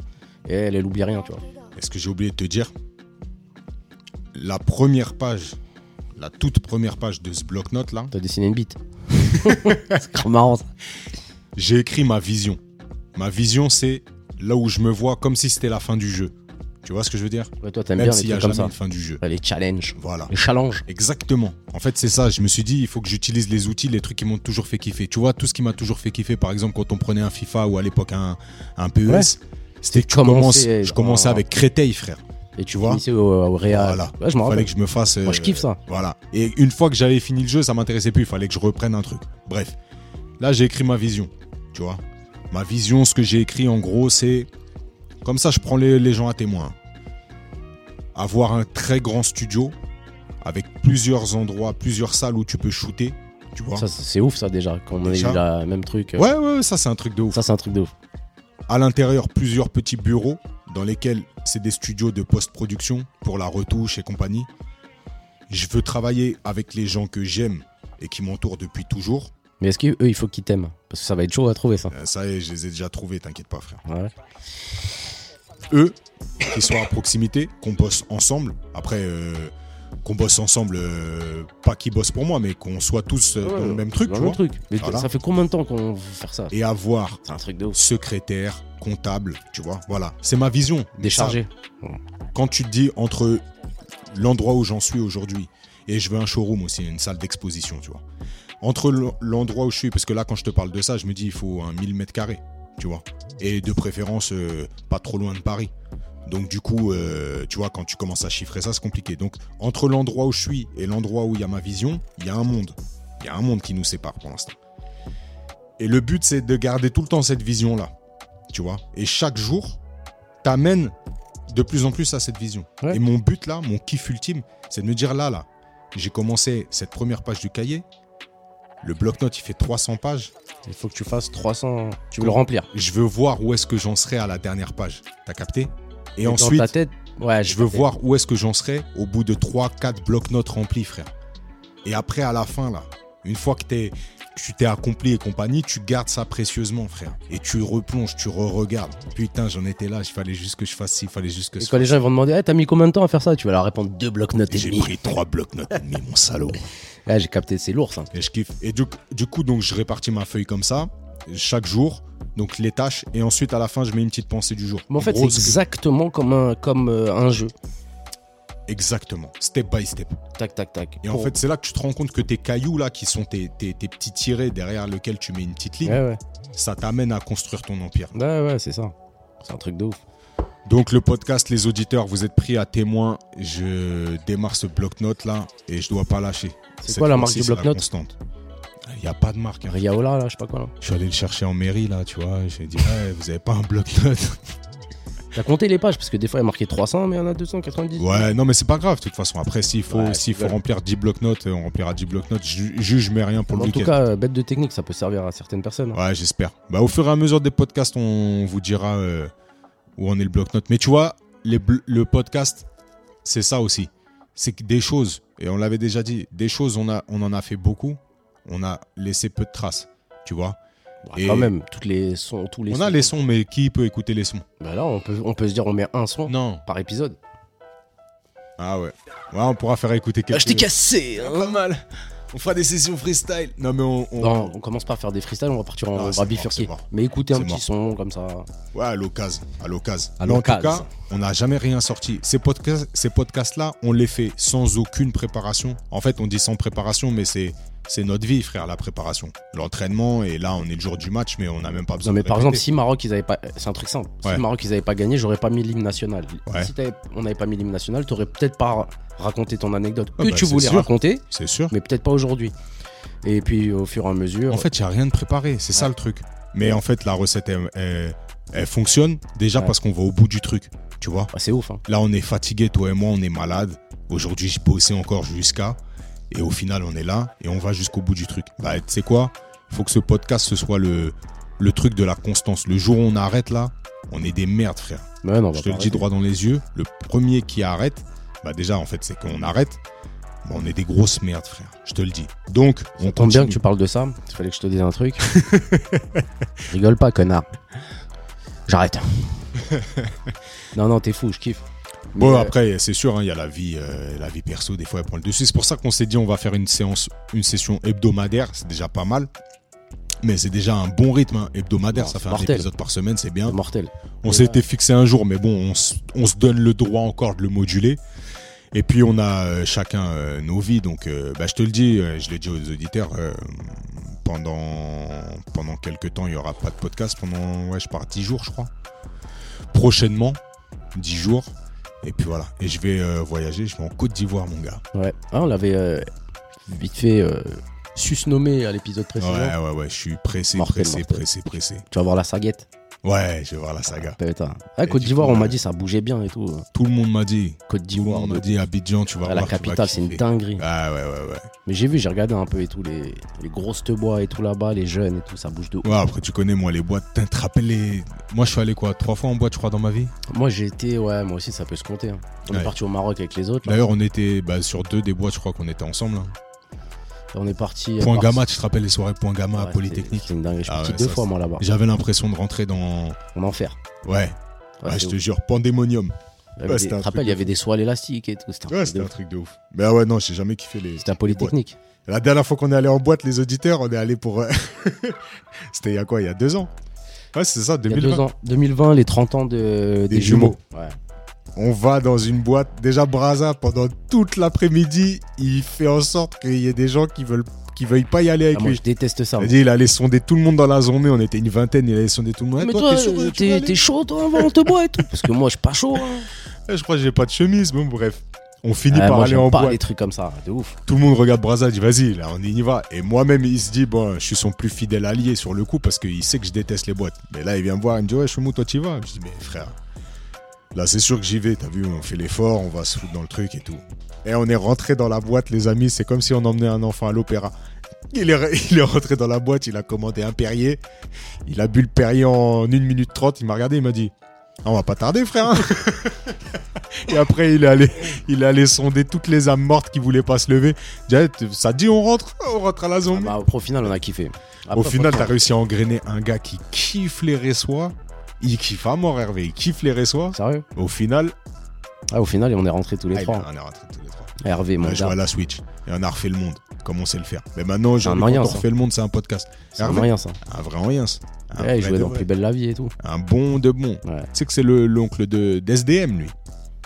Et elle, elle oublie rien, tu vois. Est-ce que j'ai oublié de te dire La première page, la toute première page de ce bloc-notes là, T'as dessiné une bite. c'est grave marrant ça. j'ai écrit ma vision. Ma vision, c'est là où je me vois comme si c'était la fin du jeu. Tu vois ce que je veux dire Ouais, toi, t'aimes bien Même les s'il n'y a jamais trucs comme ça. une fin du jeu. Ouais, Les challenges, Voilà. les challenges. Exactement. En fait, c'est ça. Je me suis dit, il faut que j'utilise les outils, les trucs qui m'ont toujours fait kiffer. Tu vois, tout ce qui m'a toujours fait kiffer, par exemple, quand on prenait un FIFA ou à l'époque un, un PES, Ouais. c'était que tu Commencer commences- je dans- commençais avec Créteil, frère. Et tu vois vois au, au Real. Voilà. Ouais, je m'en fallait rappelle. que je me fasse. Moi, je euh, kiffe ça. Voilà. Et une fois que j'avais fini le jeu, ça m'intéressait plus. Il fallait que je reprenne un truc. Bref. Là, j'ai écrit ma vision. Tu vois Ma vision, ce que j'ai écrit en gros, c'est. Comme ça, je prends les, les gens à témoin. Avoir un très grand studio avec plusieurs endroits, plusieurs salles où tu peux shooter. Tu vois Ça, c'est c'est ouf, ça, déjà. Quand on a eu Déjà. le même truc. euh, Ouais, ouais, ouais, ça, c'est un truc de ouf. Ça, c'est un truc de ouf. À l'intérieur, plusieurs petits bureaux dans lesquels c'est des studios de post-production pour la retouche et compagnie. Je veux travailler avec les gens que j'aime et qui m'entourent depuis toujours. Mais est-ce qu'eux, il faut qu'ils t'aiment Parce que ça va être chaud à trouver, ça. Euh, Ça y est, je les ai déjà trouvés, t'inquiète pas, frère. Ouais. Eux, qui soient à proximité, qu'on bosse ensemble. Après, euh, qu'on bosse ensemble, euh, pas qu'ils bossent pour moi, mais qu'on soit tous euh, dans le même truc, Dans tu le vois. même truc. Mais Voilà. ça fait combien de temps qu'on veut faire ça Et avoir C'est un truc de ouf. secrétaire, comptable, tu vois. Voilà, c'est ma vision. Ça, Déchargé. quand tu te dis entre l'endroit où j'en suis aujourd'hui et je veux un showroom aussi, une salle d'exposition, tu vois. Entre l- l'endroit où je suis, parce que là, quand je te parle de ça, je me dis, il faut un 1000 mètres carrés, tu vois. Et de préférence, euh, pas trop loin de Paris. Donc, du coup, euh, tu vois, quand tu commences à chiffrer ça, c'est compliqué. Donc, entre l'endroit où je suis et l'endroit où il y a ma vision, il y a un monde. Il y a un monde qui nous sépare pour l'instant. Et le but, c'est de garder tout le temps cette vision-là, tu vois. Et chaque jour, t'amènes de plus en plus à cette vision. Ouais. Et mon but là, mon kiff ultime, c'est de me dire là, là, j'ai commencé cette première page du cahier. Le bloc-notes, il fait 300 pages. Il faut que tu fasses 300. Tu veux le remplir. Je veux voir où est-ce que j'en serai à la dernière page. T'as capté Et Et ensuite, Dans ta tête. Ouais, je veux voir où est-ce que j'en serai au bout de 3-4 bloc-notes remplis, frère. Et après, à la fin, là, une fois que t'es- que tu t'es accompli et compagnie, tu gardes ça précieusement, frère. Et tu replonges, tu re-regardes. Putain, j'en étais là, il fallait juste que je fasse ci, il fallait juste que Et je quand les gens ils vont demander, Eh, t'as mis combien de temps à faire ça Tu vas leur répondre deux blocs notes et J'ai demi. pris 3 bloc-notes et demi, mon salaud. Ah, j'ai capté, c'est lourd ça. Et je kiffe. Et du, du coup, donc, je répartis ma feuille comme ça, chaque jour, donc les tâches, et ensuite à la fin, je mets une petite pensée du jour. Mais en fait, c'est gros, ce que- exactement comme un, comme, euh, un jeu. Exactement, step by step. Tac, tac, tac. Et en Pour- fait, c'est là que tu te rends compte que tes cailloux, là, qui sont tes, tes- tes petits tirets derrière lesquels tu mets une petite ligne, Ouais, ouais. ça t'amène à construire ton empire. Ouais, ouais, c'est ça. C'est un truc de ouf. Donc, le podcast, les auditeurs, vous êtes pris à témoin. Je démarre ce bloc-notes, là, et je dois pas lâcher. C'est Cette quoi la marque fois-ci, du c'est bloc-notes constante. Il n'y a pas de marque. hein. Riaola, là, je sais pas quoi. Là. Je suis allé le chercher en mairie, là, tu vois. J'ai dit, ouais, vous avez pas un bloc-notes T'as compté les pages parce que des fois il y a marqué 300, mais il y en a 290. Ouais, non, mais c'est pas grave, de toute façon. Après, s'il faut, Ouais, s'il tu faut gueules. remplir 10 blocs-notes, euh, on remplira 10 blocs-notes. Ju- Juge, mais rien pour Mais le en tout week-end. cas, euh, bête de technique, ça peut servir à certaines personnes. hein. Ouais, j'espère. Bah, au fur et à mesure des podcasts, on vous dira euh, où en est le bloc-notes. Mais tu vois, les bl- le podcast, c'est ça aussi. C'est que des choses, et on l'avait déjà dit, des choses, on, a, on en a fait beaucoup, on a laissé peu de traces, tu vois. Bah, et- Quand même, toutes les sons, tous les on sons. a les sons, mais qui peut écouter les sons Bah là, on peut, on peut se dire on met un son Non. par épisode. Ah ouais. Ouais, on pourra faire écouter quelques... Ah, cassé Pas mal. On fera des sessions freestyle. Non, mais on... on- Non, on commence pas à faire des freestyles, on va partir Ah, en c'est va mort, c'est bifurquer. mort. Mais écoutez un C'est petit mort. son comme ça. Ouais, à l'occasion. À l'occasion. À Mais En tout cas, l'occasion. on n'a jamais rien sorti. Ces, podcasts, ces podcasts-là, on les fait sans aucune préparation. En fait, on dit sans préparation, mais c'est, c'est notre vie, frère, la préparation. L'entraînement, et là, on est le jour du match, mais on n'a même pas besoin Non, mais de par exemple, répéter. si Maroc ils avaient pas. C'est un truc simple. Ouais. Si Maroc ils avaient pas gagné, j'aurais pas mis l'hymne national. Ouais. Si t'avais- on n'avait pas mis l'hymne national, t'aurais peut-être pas raconté ton anecdote que Ah bah, tu c'est voulais sûr. raconter, C'est sûr. mais peut-être pas aujourd'hui. Et puis au fur et à mesure. En fait, il n'y a rien de préparé. C'est ça le truc. Mais en fait, la recette, elle, elle- elle fonctionne déjà Ouais. parce qu'on va au bout du truc. Tu vois bah, c'est ouf. hein. Là, on est fatigué, toi et moi, on est malade. Aujourd'hui, j'ai bossé encore jusqu'à. Et au final, on est là et on va jusqu'au bout du truc. Bah, tu sais quoi Il faut que ce podcast, ce soit le, le truc de la constance. Le jour où on arrête là, on est des merdes, frère. Ouais, non, on va Je te pas le dis arrêter. droit dans les yeux. Le premier qui arrête, bah déjà, en fait, c'est qu'on arrête. Bah, on est des grosses merdes, frère. Je te le dis. Donc, on Tant bien que continue. tu parles de ça, il fallait que je te dise un truc. Rigole pas, connard. J'arrête. non, non, t'es fou, je kiffe. Mais, Bon, euh, après, c'est sûr, hein, il y a la vie, euh, la vie perso, des fois, elle prend le dessus. C'est pour ça qu'on s'est dit, on va faire une séance, une session hebdomadaire, c'est déjà pas mal. Mais c'est déjà un bon rythme hein, hebdomadaire. Non, ça c'est fait un mortel. épisode par semaine, c'est bien. C'est mortel. On Et euh, s'était fixé un jour, mais bon, on s- on se donne le droit encore de le moduler. Et puis on a euh, chacun euh, nos vies, donc euh, bah, je te le dis, euh, je l'ai dit aux auditeurs, euh, pendant pendant quelques temps il y aura pas de podcast, pendant ouais je pars 10 jours je crois, prochainement 10 jours, et puis voilà, et je vais euh, voyager, je vais en Côte d'Ivoire mon gars. Ouais. Ah, on l'avait euh, vite fait euh, susnommé à l'épisode Ouais précédent. ouais ouais, je suis pressé, Mortel, pressé, mortel. pressé, pressé. Tu vas voir la sarguette. Ouais, je vais voir la saga. Putain. Et Ah, Côte du d'Ivoire, coup, on m'a euh, dit ça bougeait bien et tout. Tout le monde m'a dit, Côte tout le d'Ivoire, monde m'a de- dit Abidjan, tu vas à voir, la Mmh. tu vas capitale, c'est une kiffer. dinguerie. Ah ouais ouais ouais. Mais j'ai vu, j'ai regardé un peu et tout, les, les grosses te bois et tout là-bas, les jeunes et tout, ça bouge de ouf. Ouais, après, tu connais, moi, les boîtes. Putain, Tu te rappelles les. Moi, je suis allé quoi Trois fois en boîte, je crois, dans ma vie Moi j'ai été, ouais, moi aussi ça peut se compter. hein. On Ouais. est parti au Maroc avec les autres. là. D'ailleurs, on était bah, sur deux des boîtes, je crois qu'on était ensemble. hein. On est parti. Point à Barce- Gamma, tu te rappelles les soirées Point Gamma à Ouais, Polytechnique c'était- c'était une dinguerie. Je suis Ah parti ouais, deux ça, fois c'est- moi là-bas. J'avais l'impression de rentrer dans. En enfer. Ouais, Ouais, ouais, c'est je te ouf. jure, Pandémonium. Il y avait ouais, des- c'était Tu un te truc rappelles, il y de avait des soies élastiques et tout. C'était un Ouais, truc c'était de un ouf. truc de ouf. Mais ah ouais, non, j'ai jamais kiffé les. C'était à Polytechnique. La dernière fois qu'on est allé en boîte, les auditeurs, on est allé pour. euh, C'était il y a quoi Il y a deux ans Ouais, c'est ça, Il y a 2020. deux ans. 2020, les 30 ans de, des, jumeaux. jumeaux. Ouais. Ah, On va dans une boîte. Déjà, Braza, pendant toute l'après-midi, il fait en sorte qu'il y ait des gens qui veulent qui veuillent pas y aller avec Ah, moi, lui. je déteste Il ça. a moi. dit, il allait sonder tout le monde dans la journée. On était une vingtaine, il allait sonder tout le monde. Eh, Mais toi, toi, t'es chaud, euh, tu veux t'es aller t'es chaud, toi, avant, on te boit et tout. Parce que moi, je suis pas chaud. hein. Eh, Je crois que j'ai pas de chemise. Bon, bref. On finit Ouais, par Ah, moi, aller j'aime en pas boîte. les trucs comme ça, de ouf. Tout le monde regarde Braza, dit vas-y, là, on y va. Et moi-même, il se dit, bon, je suis son plus fidèle allié sur le coup parce qu'il sait que je déteste les boîtes. Mais là, il vient me voir, il me dit, ouais, Chumou, toi, tu y vas. Je dis, mais frère, là, c'est sûr que j'y vais. T'as vu, on fait l'effort, on va se foutre dans le truc et tout. Et on est rentré dans la boîte, les amis, c'est comme si on emmenait un enfant à l'opéra. Il est, re- il est rentré dans la boîte, il a commandé un Perrier. Il a bu le Perrier en 1 minute 30. Il m'a regardé, il m'a dit, Ah, on va pas tarder, frère. hein. et après, il est allé il allait sonder toutes les âmes mortes qui voulaient pas se lever. Il dit, Eh, t- ça te dit on rentre On rentre à la Ah zone. bah, au final, on a kiffé. Après, Au final, t'as franchement, réussi à engrainer un gars qui kiffe les Ressois. Il kiffe à mort Hervé, il kiffe les Ressois. Sérieux Au final, ah, Au final, on est rentrés tous les ah, il- trois. on est rentrés tous les trois. Hervé, On mon a joué à gars. la Switch et on a refait le monde, comme on sait le faire. Mais maintenant, j'ai moyen, on ça. refait le monde, c'est un podcast. C'est Hervé. rien, ça. Un vrai moyen. ça. Un, Ouais, il vrai jouait de dans vrai. Plus Belle la Vie et tout. Un bon de bon. Ouais. Tu sais que c'est le- l'oncle de- d'SDM, lui.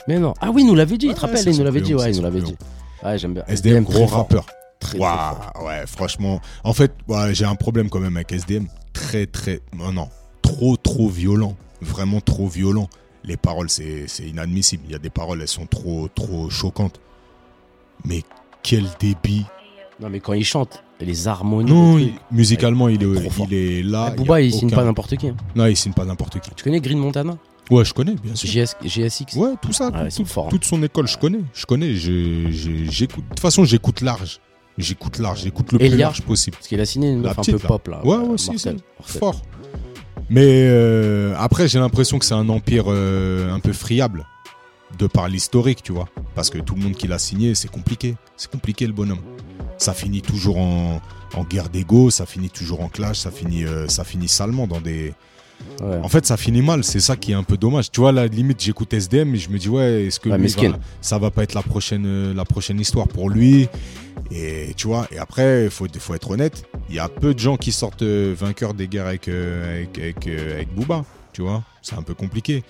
Mais non. Ah oui, il nous l'avait dit, Ouais, il te rappelle, c'est il nous l'avait son dit, plus haut, ouais, il c'est nous l'avait son dit. Ouais, j'aime bien. SDM, très gros fort. rappeur. Très, très fort. Waouh, ouais, franchement. En fait, ouais, j'ai un problème quand même avec SDM. Très, très. Non, non. Trop, trop violent. Vraiment trop violent. Les paroles, c'est c'est inadmissible. Il y a des paroles, elles sont trop, trop choquantes. Mais quel débit. Non, mais quand il chante, les harmonies. Non, les il- trucs. musicalement, il Trop est, fort. il est là. Ah, Booba, y a il signe aucun- pas n'importe qui. hein. Non, il signe pas n'importe qui. Tu connais Green Montana Ouais, je connais, bien sûr. JS, GSX Ouais, tout ça. Ah ouais, ils sont tout- forts, hein. Toute son école, je connais. Je connais. je- je- J'écoute. De toute façon, j'écoute large. J'écoute large. J'écoute le plus Elia. large possible. Parce qu'il a signé une La meuf un petite, peu là. pop là. Ouais, euh, ouais, si, mortel, mortel. fort. Mais euh, après, j'ai l'impression que c'est un empire euh, un peu friable de par l'historique, tu vois. Parce que tout le monde qui l'a signé, c'est compliqué. C'est compliqué le bonhomme. Ça finit toujours en, en guerre d'ego, ça finit toujours en clash, ça finit, euh, ça finit salement dans des. Ouais. En fait, ça finit mal. C'est ça qui est un peu dommage. Tu vois, là, limite, j'écoute SDM et je me dis ouais, est-ce que Ouais, lui, mesquine. va- ça va pas être la prochaine, euh, la prochaine histoire pour lui Et tu vois. Et après, il faut, faut être honnête. Il y a peu de gens qui sortent euh, vainqueurs des guerres avec euh, avec avec, euh, avec Booba. Tu vois, c'est un peu compliqué.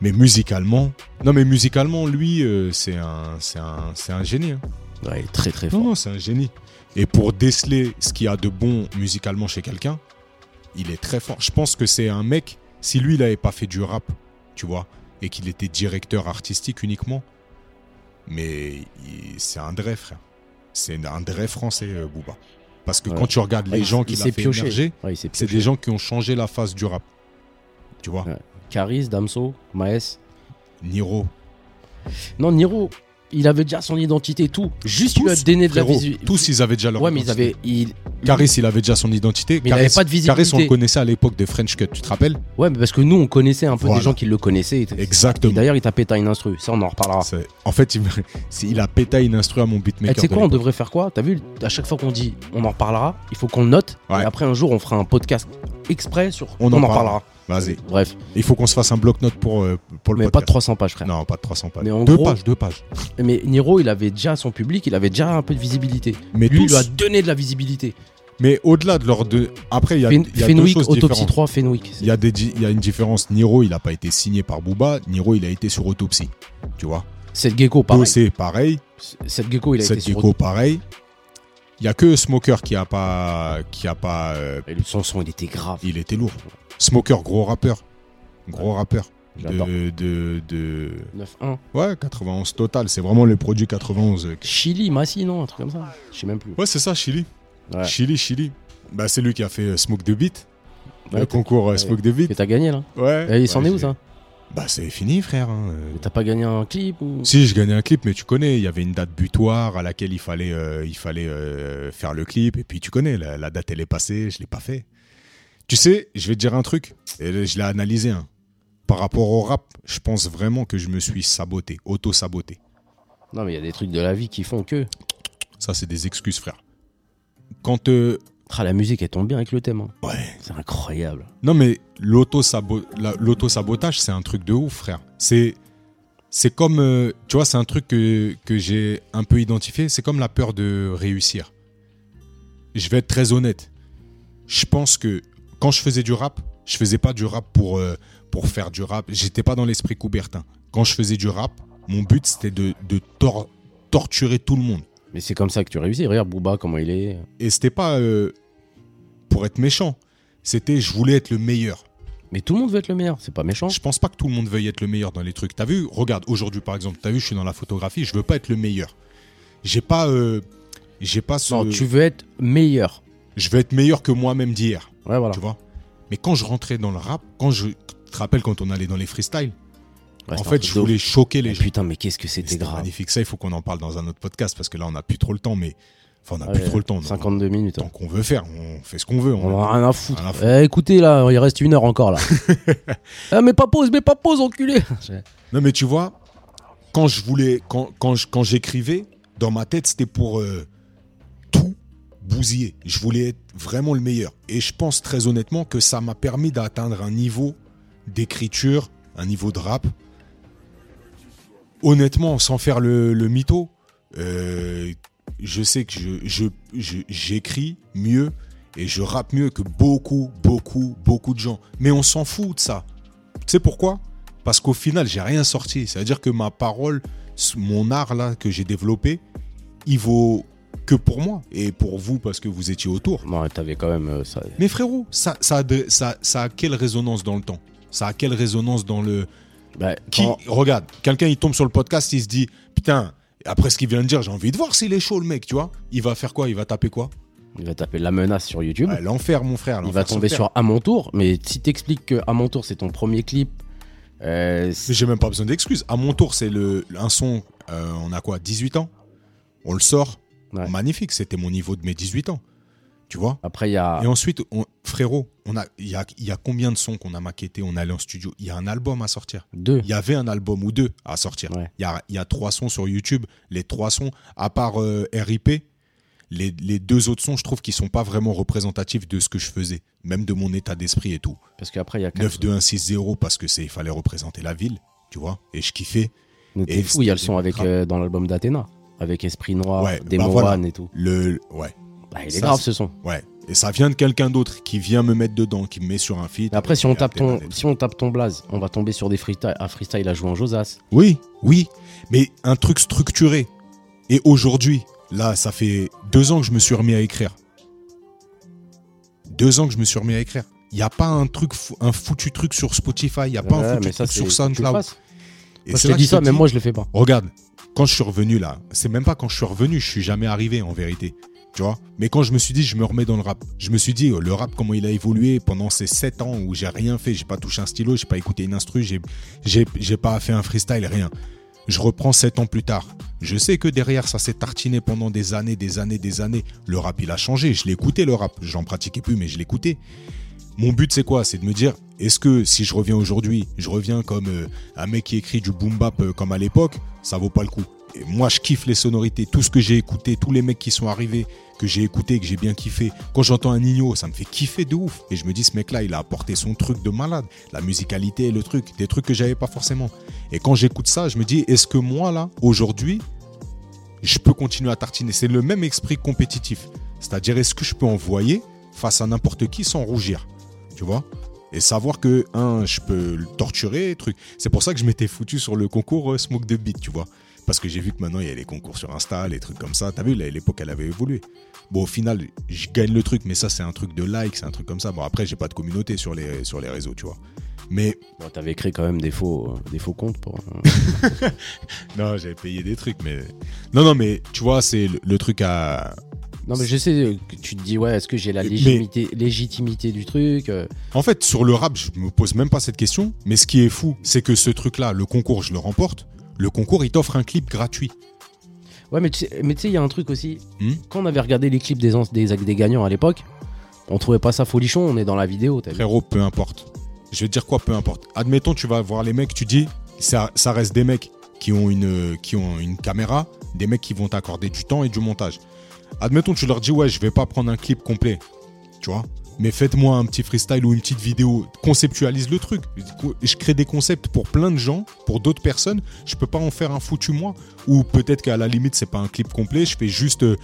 Mais musicalement, non, mais musicalement, lui, euh, c'est un, c'est un, c'est un génie. hein. Ouais, il est très très Non, fort. non, c'est un génie. Et pour déceler ce qu'il y a de bon musicalement chez quelqu'un, il est très fort. Je pense que c'est un mec, si lui, il n'avait pas fait du rap, tu vois, et qu'il était directeur artistique uniquement, mais il- c'est un vrai frère. C'est un vrai français, euh, Booba. Parce que Ouais. quand tu regardes les Ouais, gens il- qu'il il a s'est fait pioché. émerger, Ouais, il s'est c'est pioché. des gens qui ont changé la face du rap. Tu vois, Ouais. Caris, Damso, Maes. Niro, Non, Niro, il avait déjà son identité et tout. Juste il lui a Tous, donné de la frérot, visu. tous ils avaient déjà leur Ouais, mais ils identité. avaient. il- Caris, il avait déjà son identité. Mais il avait Caris- pas de visibilité. Caris, on le connaissait à l'époque de French Cut, tu te rappelles Ouais, mais parce que nous, on connaissait un peu Voilà. des gens qui le connaissaient. et- Et Exactement. d'ailleurs, il t'a pété une instru. Ça, on en reparlera. C'est- En fait, il, me- c'est- il a pété une instru à mon Eh, beatmaker. tu sais de quoi, on l'époque. devrait faire quoi T'as vu, à chaque fois qu'on dit on en reparlera, il faut qu'on note. Ouais. Et après, un jour, on fera un podcast exprès sur On on, en en parlera. reparlera. Vas-y. Bref, Il faut qu'on se fasse un bloc-note pour, euh, pour le mais pas de podcast. 300 pages, frère. Non, pas de 300 pages. Mais en deux gros- pages, deux pages. Mais Niro, il avait déjà son public, il avait déjà un peu de visibilité. Mais Lui, il tous, lui a donné de la visibilité. Mais au-delà de leur deux. Après, il y a, Fen- il y a deux Fenwick, choses Autopsie différentes. 3, Fenwick. Il y, a des di- il y a une différence. Niro, il n'a pas été signé par Booba. Niro, il a été sur autopsie. Tu vois Cette gecko, pareil. Dossé, pareil. Cette gecko, il a Seth été Gecko, pareil. Il y a que Smoker qui a pas. Qui a pas euh, sur... Et Son son, il était grave. il était lourd. Smoker, gros rappeur. Gros rappeur. J'adore. De, de, de- 9-1. Ouais, 91 total. C'est vraiment le produit 91. euh, Chili, Massi, non, un truc comme ça. Je sais même plus. Ouais, c'est ça, Chili. Ouais. Chili, Chili. Bah, c'est lui qui a fait euh, Smoke the Beat. Ouais, le concours euh, ouais. Smoke the Beat. Et t'as gagné, là. Ouais. Et il s'en Ouais, est où, j'ai- ça Bah, c'est fini, frère. hein, euh. T'as pas gagné un clip ou... Si, je gagnais un clip, mais tu connais, il y avait une date butoir à laquelle il fallait, euh, il fallait euh, faire le clip. Et puis tu connais, la, la date, elle est passée, je l'ai pas fait. Tu sais, je vais te dire un truc, et je l'ai analysé. hein. Par rapport au rap, je pense vraiment que je me suis saboté, auto-saboté. Non, mais il y a des trucs de la vie qui font que. Ça, c'est des excuses, frère. Quand. euh, Ah, la musique, elle tombe bien avec le thème. hein. Ouais. C'est incroyable. Non, mais l'auto-sabo- la- l'auto-sabotage, c'est un truc de ouf, frère. C'est, c'est comme, euh, tu vois, c'est un truc que, que j'ai un peu identifié. C'est comme la peur de réussir. Je vais être très honnête. Je pense que quand je faisais du rap, je faisais pas du rap pour, euh, pour faire du rap. J'étais pas dans l'esprit Coubertin. Quand je faisais du rap, mon but, c'était de, de tor- torturer tout le monde. Mais c'est comme ça que tu réussis. Regarde Booba, comment il est. Et c'était pas euh, pour être méchant. C'était, je voulais être le meilleur. Mais tout le monde veut être le meilleur. C'est pas méchant. Je pense pas que tout le monde veuille être le meilleur dans les trucs. T'as vu Regarde, aujourd'hui par exemple, t'as vu, je suis dans la photographie, je veux pas être le meilleur. J'ai pas, euh, j'ai pas ce. Non, tu veux être meilleur. Je veux être meilleur que moi-même d'hier. Ouais, voilà. Tu vois Mais quand je rentrais dans le rap, quand je tu te rappelles quand on allait dans les freestyles, Ouais, en c'est un fait, truc je de ouf. voulais choquer Oh, les gens. Putain, mais qu'est-ce que c'était C'était grave. magnifique. Ça, il faut qu'on en parle dans un autre podcast parce que là, on n'a plus trop le temps, mais enfin, on n'a Ouais, plus trop le temps. donc, 52 minutes. hein. Tant qu'on veut faire, on fait ce qu'on veut. On on- en a rien à foutre. Rien à foutre. Eh, écoutez, là, il reste une heure encore, là. ah, mais pas pause, mais pas pause, enculé. Non, mais tu vois, quand je voulais, quand, quand, je- quand j'écrivais, dans ma tête, c'était pour euh, tout bousiller. Je voulais être vraiment le meilleur. Et je pense très honnêtement que ça m'a permis d'atteindre un niveau d'écriture, un niveau de rap. Honnêtement, sans faire le, le mytho, euh, je sais que je, je, je- j'écris mieux et je rappe mieux que beaucoup, beaucoup, beaucoup de gens. Mais on s'en fout de ça. Tu sais pourquoi Parce qu'au final, j'ai rien sorti. C'est-à-dire que ma parole, s- mon art là que j'ai développé, il vaut que pour moi et pour vous parce que vous étiez autour. Non, t'avais quand même euh, ça. Mais frérot, ça, ça, a de- ça, ça a quelle résonance dans le temps Ça a quelle résonance dans le... Bah, Qui quand- Regarde, quelqu'un il tombe sur le podcast, il se dit, putain, après ce qu'il vient de dire, j'ai envie de voir s'il est chaud le mec, tu vois. Il va faire quoi Il va taper quoi Il va taper la menace sur YouTube. Ah, L'enfer mon frère. il va l'enfer tomber terre. sur À mon tour. Mais si t'expliques que À mon tour, c'est ton premier clip. euh, c'est- Mais j'ai même pas besoin d'excuses. À mon tour, c'est le un son. euh, on a quoi 18 ans On le sort. Ouais. Magnifique. C'était mon niveau de mes 18 ans. Tu vois Après, il y a. Et ensuite, on- frérot, on a, il y a, il y a combien de sons qu'on a maquettés On est allé en studio. Il y a un album à sortir. Deux. Il y avait un album ou deux à sortir. Ouais. Il y a, il y a trois sons sur YouTube. Les trois sons, à part euh, RIP, les, les deux autres sons, je trouve qu'ils sont pas vraiment représentatifs de ce que je faisais, même de mon état d'esprit et tout. Parce qu'après, il y a quatre. 9-2-1-6-0 parce que c'est il fallait représenter la ville, tu vois. Et je kiffais. Mais t'es Et fou, il y a le c'était son avec, grave. euh, dans l'album d'Athéna. Avec Esprit Noir, Ouais, Demo bah voilà. One et tout. Le ouais, Bah, il Ça, est grave c'est- ce son. ouais. Et ça vient de quelqu'un d'autre qui vient me mettre dedans, qui me met sur un feed. Et après, si on Et tape ton, après, si on tape ton blaze, on va tomber sur des freestyles. Un freestyle à jouer en Josas. Oui, oui. Mais un truc structuré. Et aujourd'hui, là, ça fait deux ans que je me suis remis à écrire. Deux ans que je me suis remis à écrire. Il n'y a pas un truc, fou- un foutu truc sur Spotify. Il n'y a Ah, pas un Ouais, foutu mais ça, truc c'est- faut sur que tu le SoundCloud. fasses. Et Moi, c'est je te là que dis ça, te mais moi, je le fais pas. Regarde, quand je suis revenu là, c'est même pas quand je suis revenu, je suis jamais arrivé en vérité. Tu vois Mais quand je me suis dit, je me remets dans le rap. Je me suis dit, oh, le rap, comment il a évolué pendant ces 7 ans où j'ai rien fait, j'ai pas touché un stylo, j'ai pas écouté une instru, j'ai- j'ai j'ai pas fait un freestyle, rien. Je reprends 7 ans plus tard. Je sais que derrière, ça s'est tartiné pendant des années, des années, des années. Le rap, il a changé. Je l'écoutais, le rap. J'en pratiquais plus, mais je l'écoutais. Mon but, c'est quoi C'est de me dire, est-ce que si je reviens aujourd'hui, je reviens comme euh, un mec qui écrit du boom bap euh, comme à l'époque, ça vaut pas le coup. Et moi, je kiffe les sonorités, tout ce que j'ai écouté, tous les mecs qui sont arrivés, que j'ai écouté, que j'ai bien kiffé. Quand j'entends un Nino, ça me fait kiffer de ouf. Et je me dis, ce mec-là, il a apporté son truc de malade, la musicalité, le truc, des trucs que j'avais pas forcément. Et quand j'écoute ça, je me dis, est-ce que moi, là, aujourd'hui, je peux continuer à tartiner C'est le même esprit compétitif. C'est-à-dire, est-ce que je peux envoyer face à n'importe qui sans rougir Tu vois Et savoir que, un, je peux le torturer, truc. C'est pour ça que je m'étais foutu sur le concours euh, Smoke de Beat, tu vois. Parce que j'ai vu que maintenant, il y a les concours sur Insta, les trucs comme ça. T'as vu, là, à l'époque, elle avait évolué. Bon, au final, je gagne le truc, mais ça, c'est un truc de like, c'est un truc comme ça. Bon, après, j'ai pas de communauté sur les, sur les réseaux, tu vois. Mais Bon, t'avais créé quand même des faux, euh, des faux comptes pour. euh, non, j'avais payé des trucs, mais. Non, non, mais tu vois, c'est le, le truc à. Non, mais je sais euh, que tu te dis, ouais, est-ce que j'ai la Mais- légitimité, légitimité du truc euh, En fait, sur le rap, je me pose même pas cette question, mais ce qui est fou, c'est que ce truc-là, le concours, je le remporte. Le concours, il t'offre un clip gratuit. Ouais, mais tu sais, mais tu sais, il y a un truc aussi. Hmm Quand on avait regardé les clips des, ans- des, des gagnants à l'époque, on trouvait pas ça folichon, on est dans la vidéo, t'as vu. Frérot, peu importe. Je vais te dire quoi, peu importe. Admettons, tu vas voir les mecs, tu dis, ça, ça reste des mecs qui ont, une, qui ont une caméra, des mecs qui vont t'accorder du temps et du montage. Admettons, tu leur dis, ouais, je vais pas prendre un clip complet, tu vois, mais faites-moi un petit freestyle ou une petite vidéo, conceptualise le truc. Je crée des concepts pour plein de gens, pour d'autres personnes, je peux pas en faire un foutu moi, ou peut-être qu'à la limite, c'est pas un clip complet, je fais juste. euh,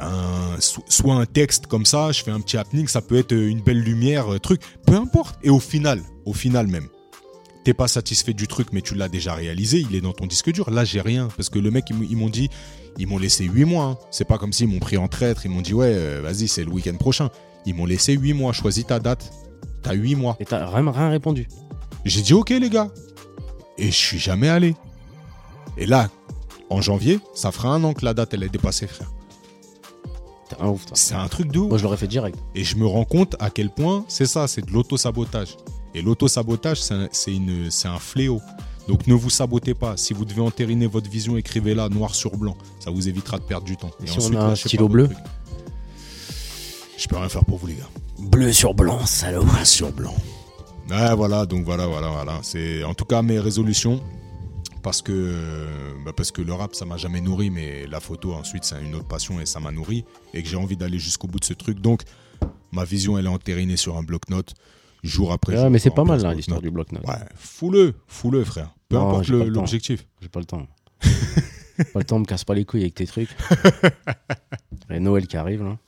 un- so- soit un texte comme ça, je fais un petit happening, ça peut être euh, une belle lumière, euh, truc, peu importe. Et au final, au final même, t'es pas satisfait du truc, mais tu l'as déjà réalisé, il est dans ton disque dur. Là, j'ai rien, parce que le mec, ils m- ils m'ont dit, ils m'ont laissé 8 mois. hein. C'est pas comme s'ils m'ont pris en traître, ils m'ont dit, ouais, euh, vas-y, c'est le week-end prochain. Ils m'ont laissé 8 mois, choisis ta date. T'as 8 mois. Et t'as rien, rien répondu. J'ai dit ok les gars. Et je suis jamais allé. Et là, en janvier, ça fera un an que la date elle est dépassée, frère. T'es un ouf, toi. C'est un truc de ouf. Moi, je l'aurais fait direct. Et je me rends compte à quel point c'est ça, c'est de l'auto-sabotage. Et l'auto-sabotage, c'est un, c'est une- c'est un fléau. Donc ne vous sabotez pas. Si vous devez entériner votre vision, écrivez-la noir sur blanc. Ça vous évitera de perdre du temps. Et si on a un lâchez pas stylo votre bleu truc. Je peux rien faire pour vous, les gars. Bleu sur blanc, salaud. Bleu sur blanc. Ouais, voilà, donc voilà, voilà, voilà. C'est en tout cas mes résolutions. Parce que, euh, bah, parce que le rap, ça m'a jamais nourri, mais la photo, ensuite, c'est une autre passion et ça m'a nourri. Et que j'ai envie d'aller jusqu'au bout de ce truc. Donc, ma vision, elle est entérinée sur un bloc-notes, jour après jour. Ouais, mais c'est en pas mal, place là, bloc-notes. l'histoire du bloc-notes. Ouais, fous-le, fous-le, frère. Peu Non, importe j'ai pas le- le temps. l'objectif. J'ai pas le temps. pas le temps, me casse pas les couilles avec tes trucs. Et Noël qui arrive, là.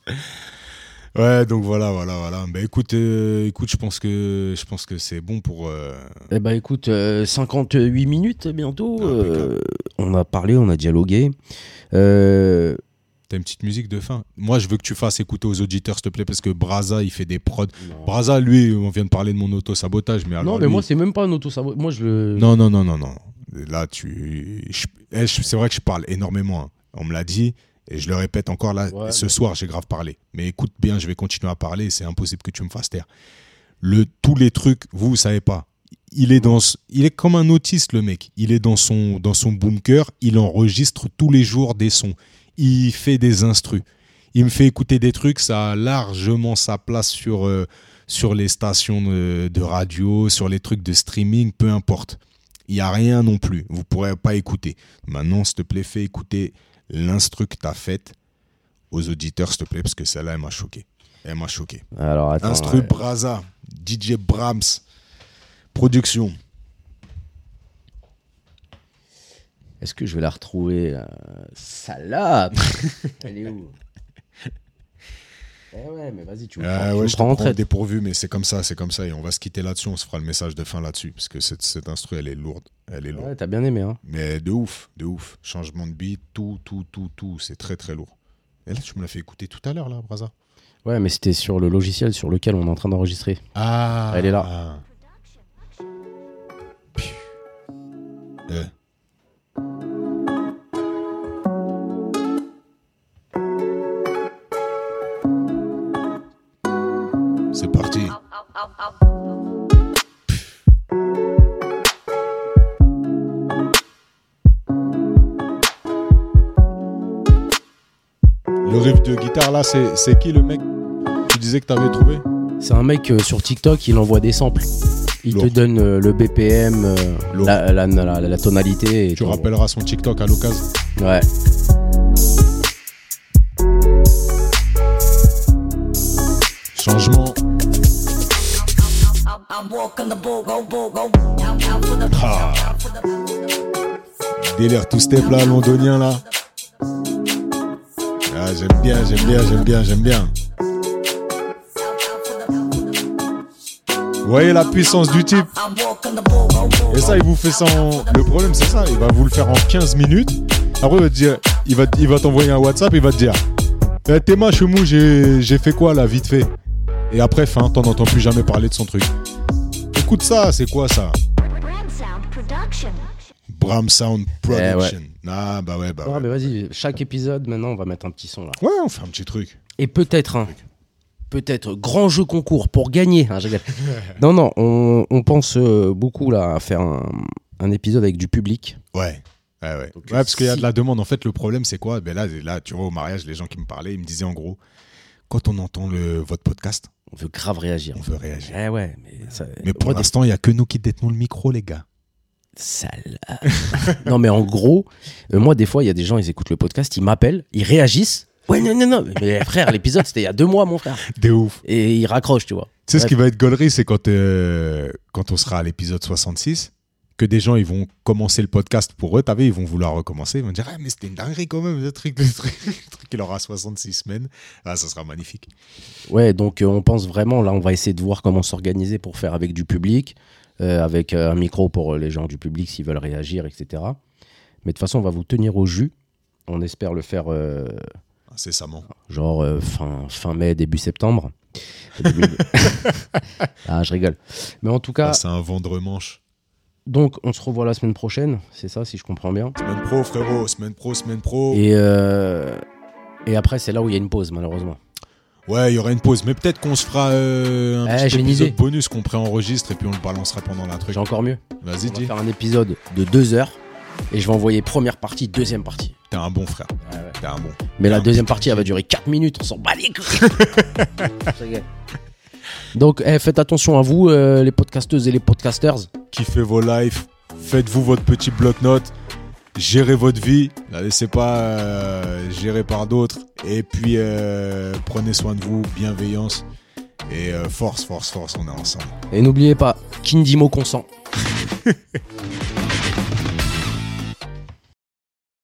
Ouais, donc voilà, voilà, voilà. Bah écoute, euh, écoute, je pense que, je pense que c'est bon pour. euh, Eh ben écoute, euh, 58 minutes bientôt. Ah, impeccable. euh, on a parlé, on a dialogué. Euh, T'as une petite musique de fin. Moi, je veux que tu fasses écouter aux auditeurs, s'il te plaît, parce que Braza, il fait des prods. Braza, lui, on vient de parler de mon auto-sabotage, mais alors. non, mais lui- moi, c'est même pas un auto-sabotage. Moi, je le. Non, non, non, non, non. Là, tu. je- eh, je- C'est vrai que je parle énormément. hein. On me l'a dit, et je le répète encore là. Ouais, ce soir, j'ai grave parlé. Mais écoute bien, je vais continuer à parler, c'est impossible que tu me fasses taire. Le, tous les trucs, vous, vous savez pas. Il est, dans, ce- il est comme un autiste, le mec. Il est dans son, dans son bunker, il enregistre tous les jours des sons. Il fait des instrus. Il me fait écouter des trucs, ça a largement sa place sur, euh, sur les stations de, de radio, sur les trucs de streaming, peu importe. Il n'y a rien non plus. Vous ne pourrez pas écouter. Maintenant, s'il te plaît, fais écouter l'instru que tu as faite aux auditeurs, s'il te plaît, parce que celle-là, elle m'a choqué. Elle m'a choqué. Alors, attends. euh, Instru Ah ouais. Braza, DJ Brahms, production. Est-ce que je vais la retrouver euh, Salope Elle est où Eh ouais, mais vas-y, tu me prends, Ah tu ouais, me je te prends en prends traite. dépourvu, mais c'est comme ça, c'est comme ça. Et on va se quitter là-dessus, on se fera le message de fin là-dessus, parce que cette, cette instru, elle est lourde. Elle est lourde. Ouais, t'as bien aimé, hein Mais de ouf, de ouf. Changement de beat, tout, tout, tout, tout. C'est très, très lourd. Et là, tu me l'as fait écouter tout à l'heure, là, Braza. Ouais, mais c'était sur le logiciel sur lequel on est en train d'enregistrer. Ah Elle est là. C'est parti. Le riff de guitare là, c'est c'est qui le mec Tu disais que t'avais trouvé C'est un mec euh, sur TikTok, il envoie des samples. Il Lourd. te donne euh, le BPM, euh, Lourd. la, la- la- la tonalité. Et Tu tout. rappelleras son TikTok à l'occasion. Ouais. Changement. Ah. Délire tout step là, londonien là. Ah, j'aime bien, j'aime bien, j'aime bien, j'aime bien. Vous voyez la puissance du type Et ça, il vous fait ça en... Le problème, c'est ça. Il va vous le faire en 15 minutes. Après, il va te dire... Il va, il va t'envoyer un WhatsApp, il va te dire... Eh, Théma, Chemou, j'ai j'ai fait quoi, là, vite fait Et après, fin, t'en entends plus jamais parler de son truc. Écoute ça, c'est quoi, ça Brand Sound Production. Bram Sound Eh ouais. Production. Ah, bah ouais, bah Ah, ouais. mais vas-y, chaque épisode, maintenant, on va mettre un petit son là. Ouais, on fait un petit truc. Et peut-être, hein, peut-être grand jeu concours pour gagner. hein, je rigole. non, non, on, on pense euh, beaucoup là à faire un, un épisode avec du public. Ouais. Ouais, ouais. Donc, Ouais, parce qu'il y a si- de la demande. En fait, le problème, c'est quoi ben là, là, tu vois, au mariage, les gens qui me parlaient, ils me disaient en gros, quand on entend le, votre podcast, On veut grave réagir. on veut réagir. Eh ouais, mais ça. Mais pour moi, des- l'instant, il n'y a que nous qui détenons le micro, les gars. Sale. non, mais en gros, euh, moi, des fois, il y a des gens, ils écoutent le podcast, ils m'appellent, ils réagissent. Ouais, non, non, non. Mais frère, l'épisode, c'était il y a deux mois, mon frère. Des ouf. Et ils raccrochent, tu vois. Tu sais, ce Bref. qui va être gaulerie, c'est quand, euh, quand on sera à l'épisode 66, que des gens, ils vont commencer le podcast pour eux. T'as vu, ils vont vouloir recommencer. Ils vont dire, ah, mais c'était une dinguerie quand même, le truc, le truc, le truc, il aura 66 semaines. Ah, ça sera magnifique. Ouais, donc euh, on pense vraiment, là, on va essayer de voir comment s'organiser pour faire avec du public, euh, avec euh, un micro pour euh, les gens du public s'ils veulent réagir, etc. Mais de toute façon, on va vous tenir au jus. On espère le faire euh, Ah, Incessamment. genre euh, fin, fin mai, début septembre. Début- ah, je rigole. Mais en tout cas, Ah, c'est un vendre manche. donc on se revoit la semaine prochaine, c'est ça, si je comprends bien. Semaine pro, frérot. Semaine pro, semaine pro. Et, euh, et après, c'est là où il y a une pause, malheureusement. Ouais, il y aura une pause, mais peut-être qu'on se fera euh, un Eh, petit j'ai une épisode idée. bonus qu'on préenregistre et puis on le balancera pendant la truc. J'ai encore mieux. Vas-y, On va dis. faire un épisode de deux heures et je vais envoyer première partie, deuxième partie. T'es un bon frère. T'es un bon. Mais la Non. deuxième partie, elle va durer 4 minutes, on s'en bat les couilles. Ça y est. Donc, eh, faites attention à vous, euh, les podcasteuses et les podcasters. Kiffez vos lives, faites-vous votre petit bloc-notes, gérez votre vie, la laissez pas euh, gérer par d'autres. Et puis euh, prenez soin de vous, bienveillance et euh, force, force, force, on est ensemble. Et n'oubliez pas, qui ne dit mot consent.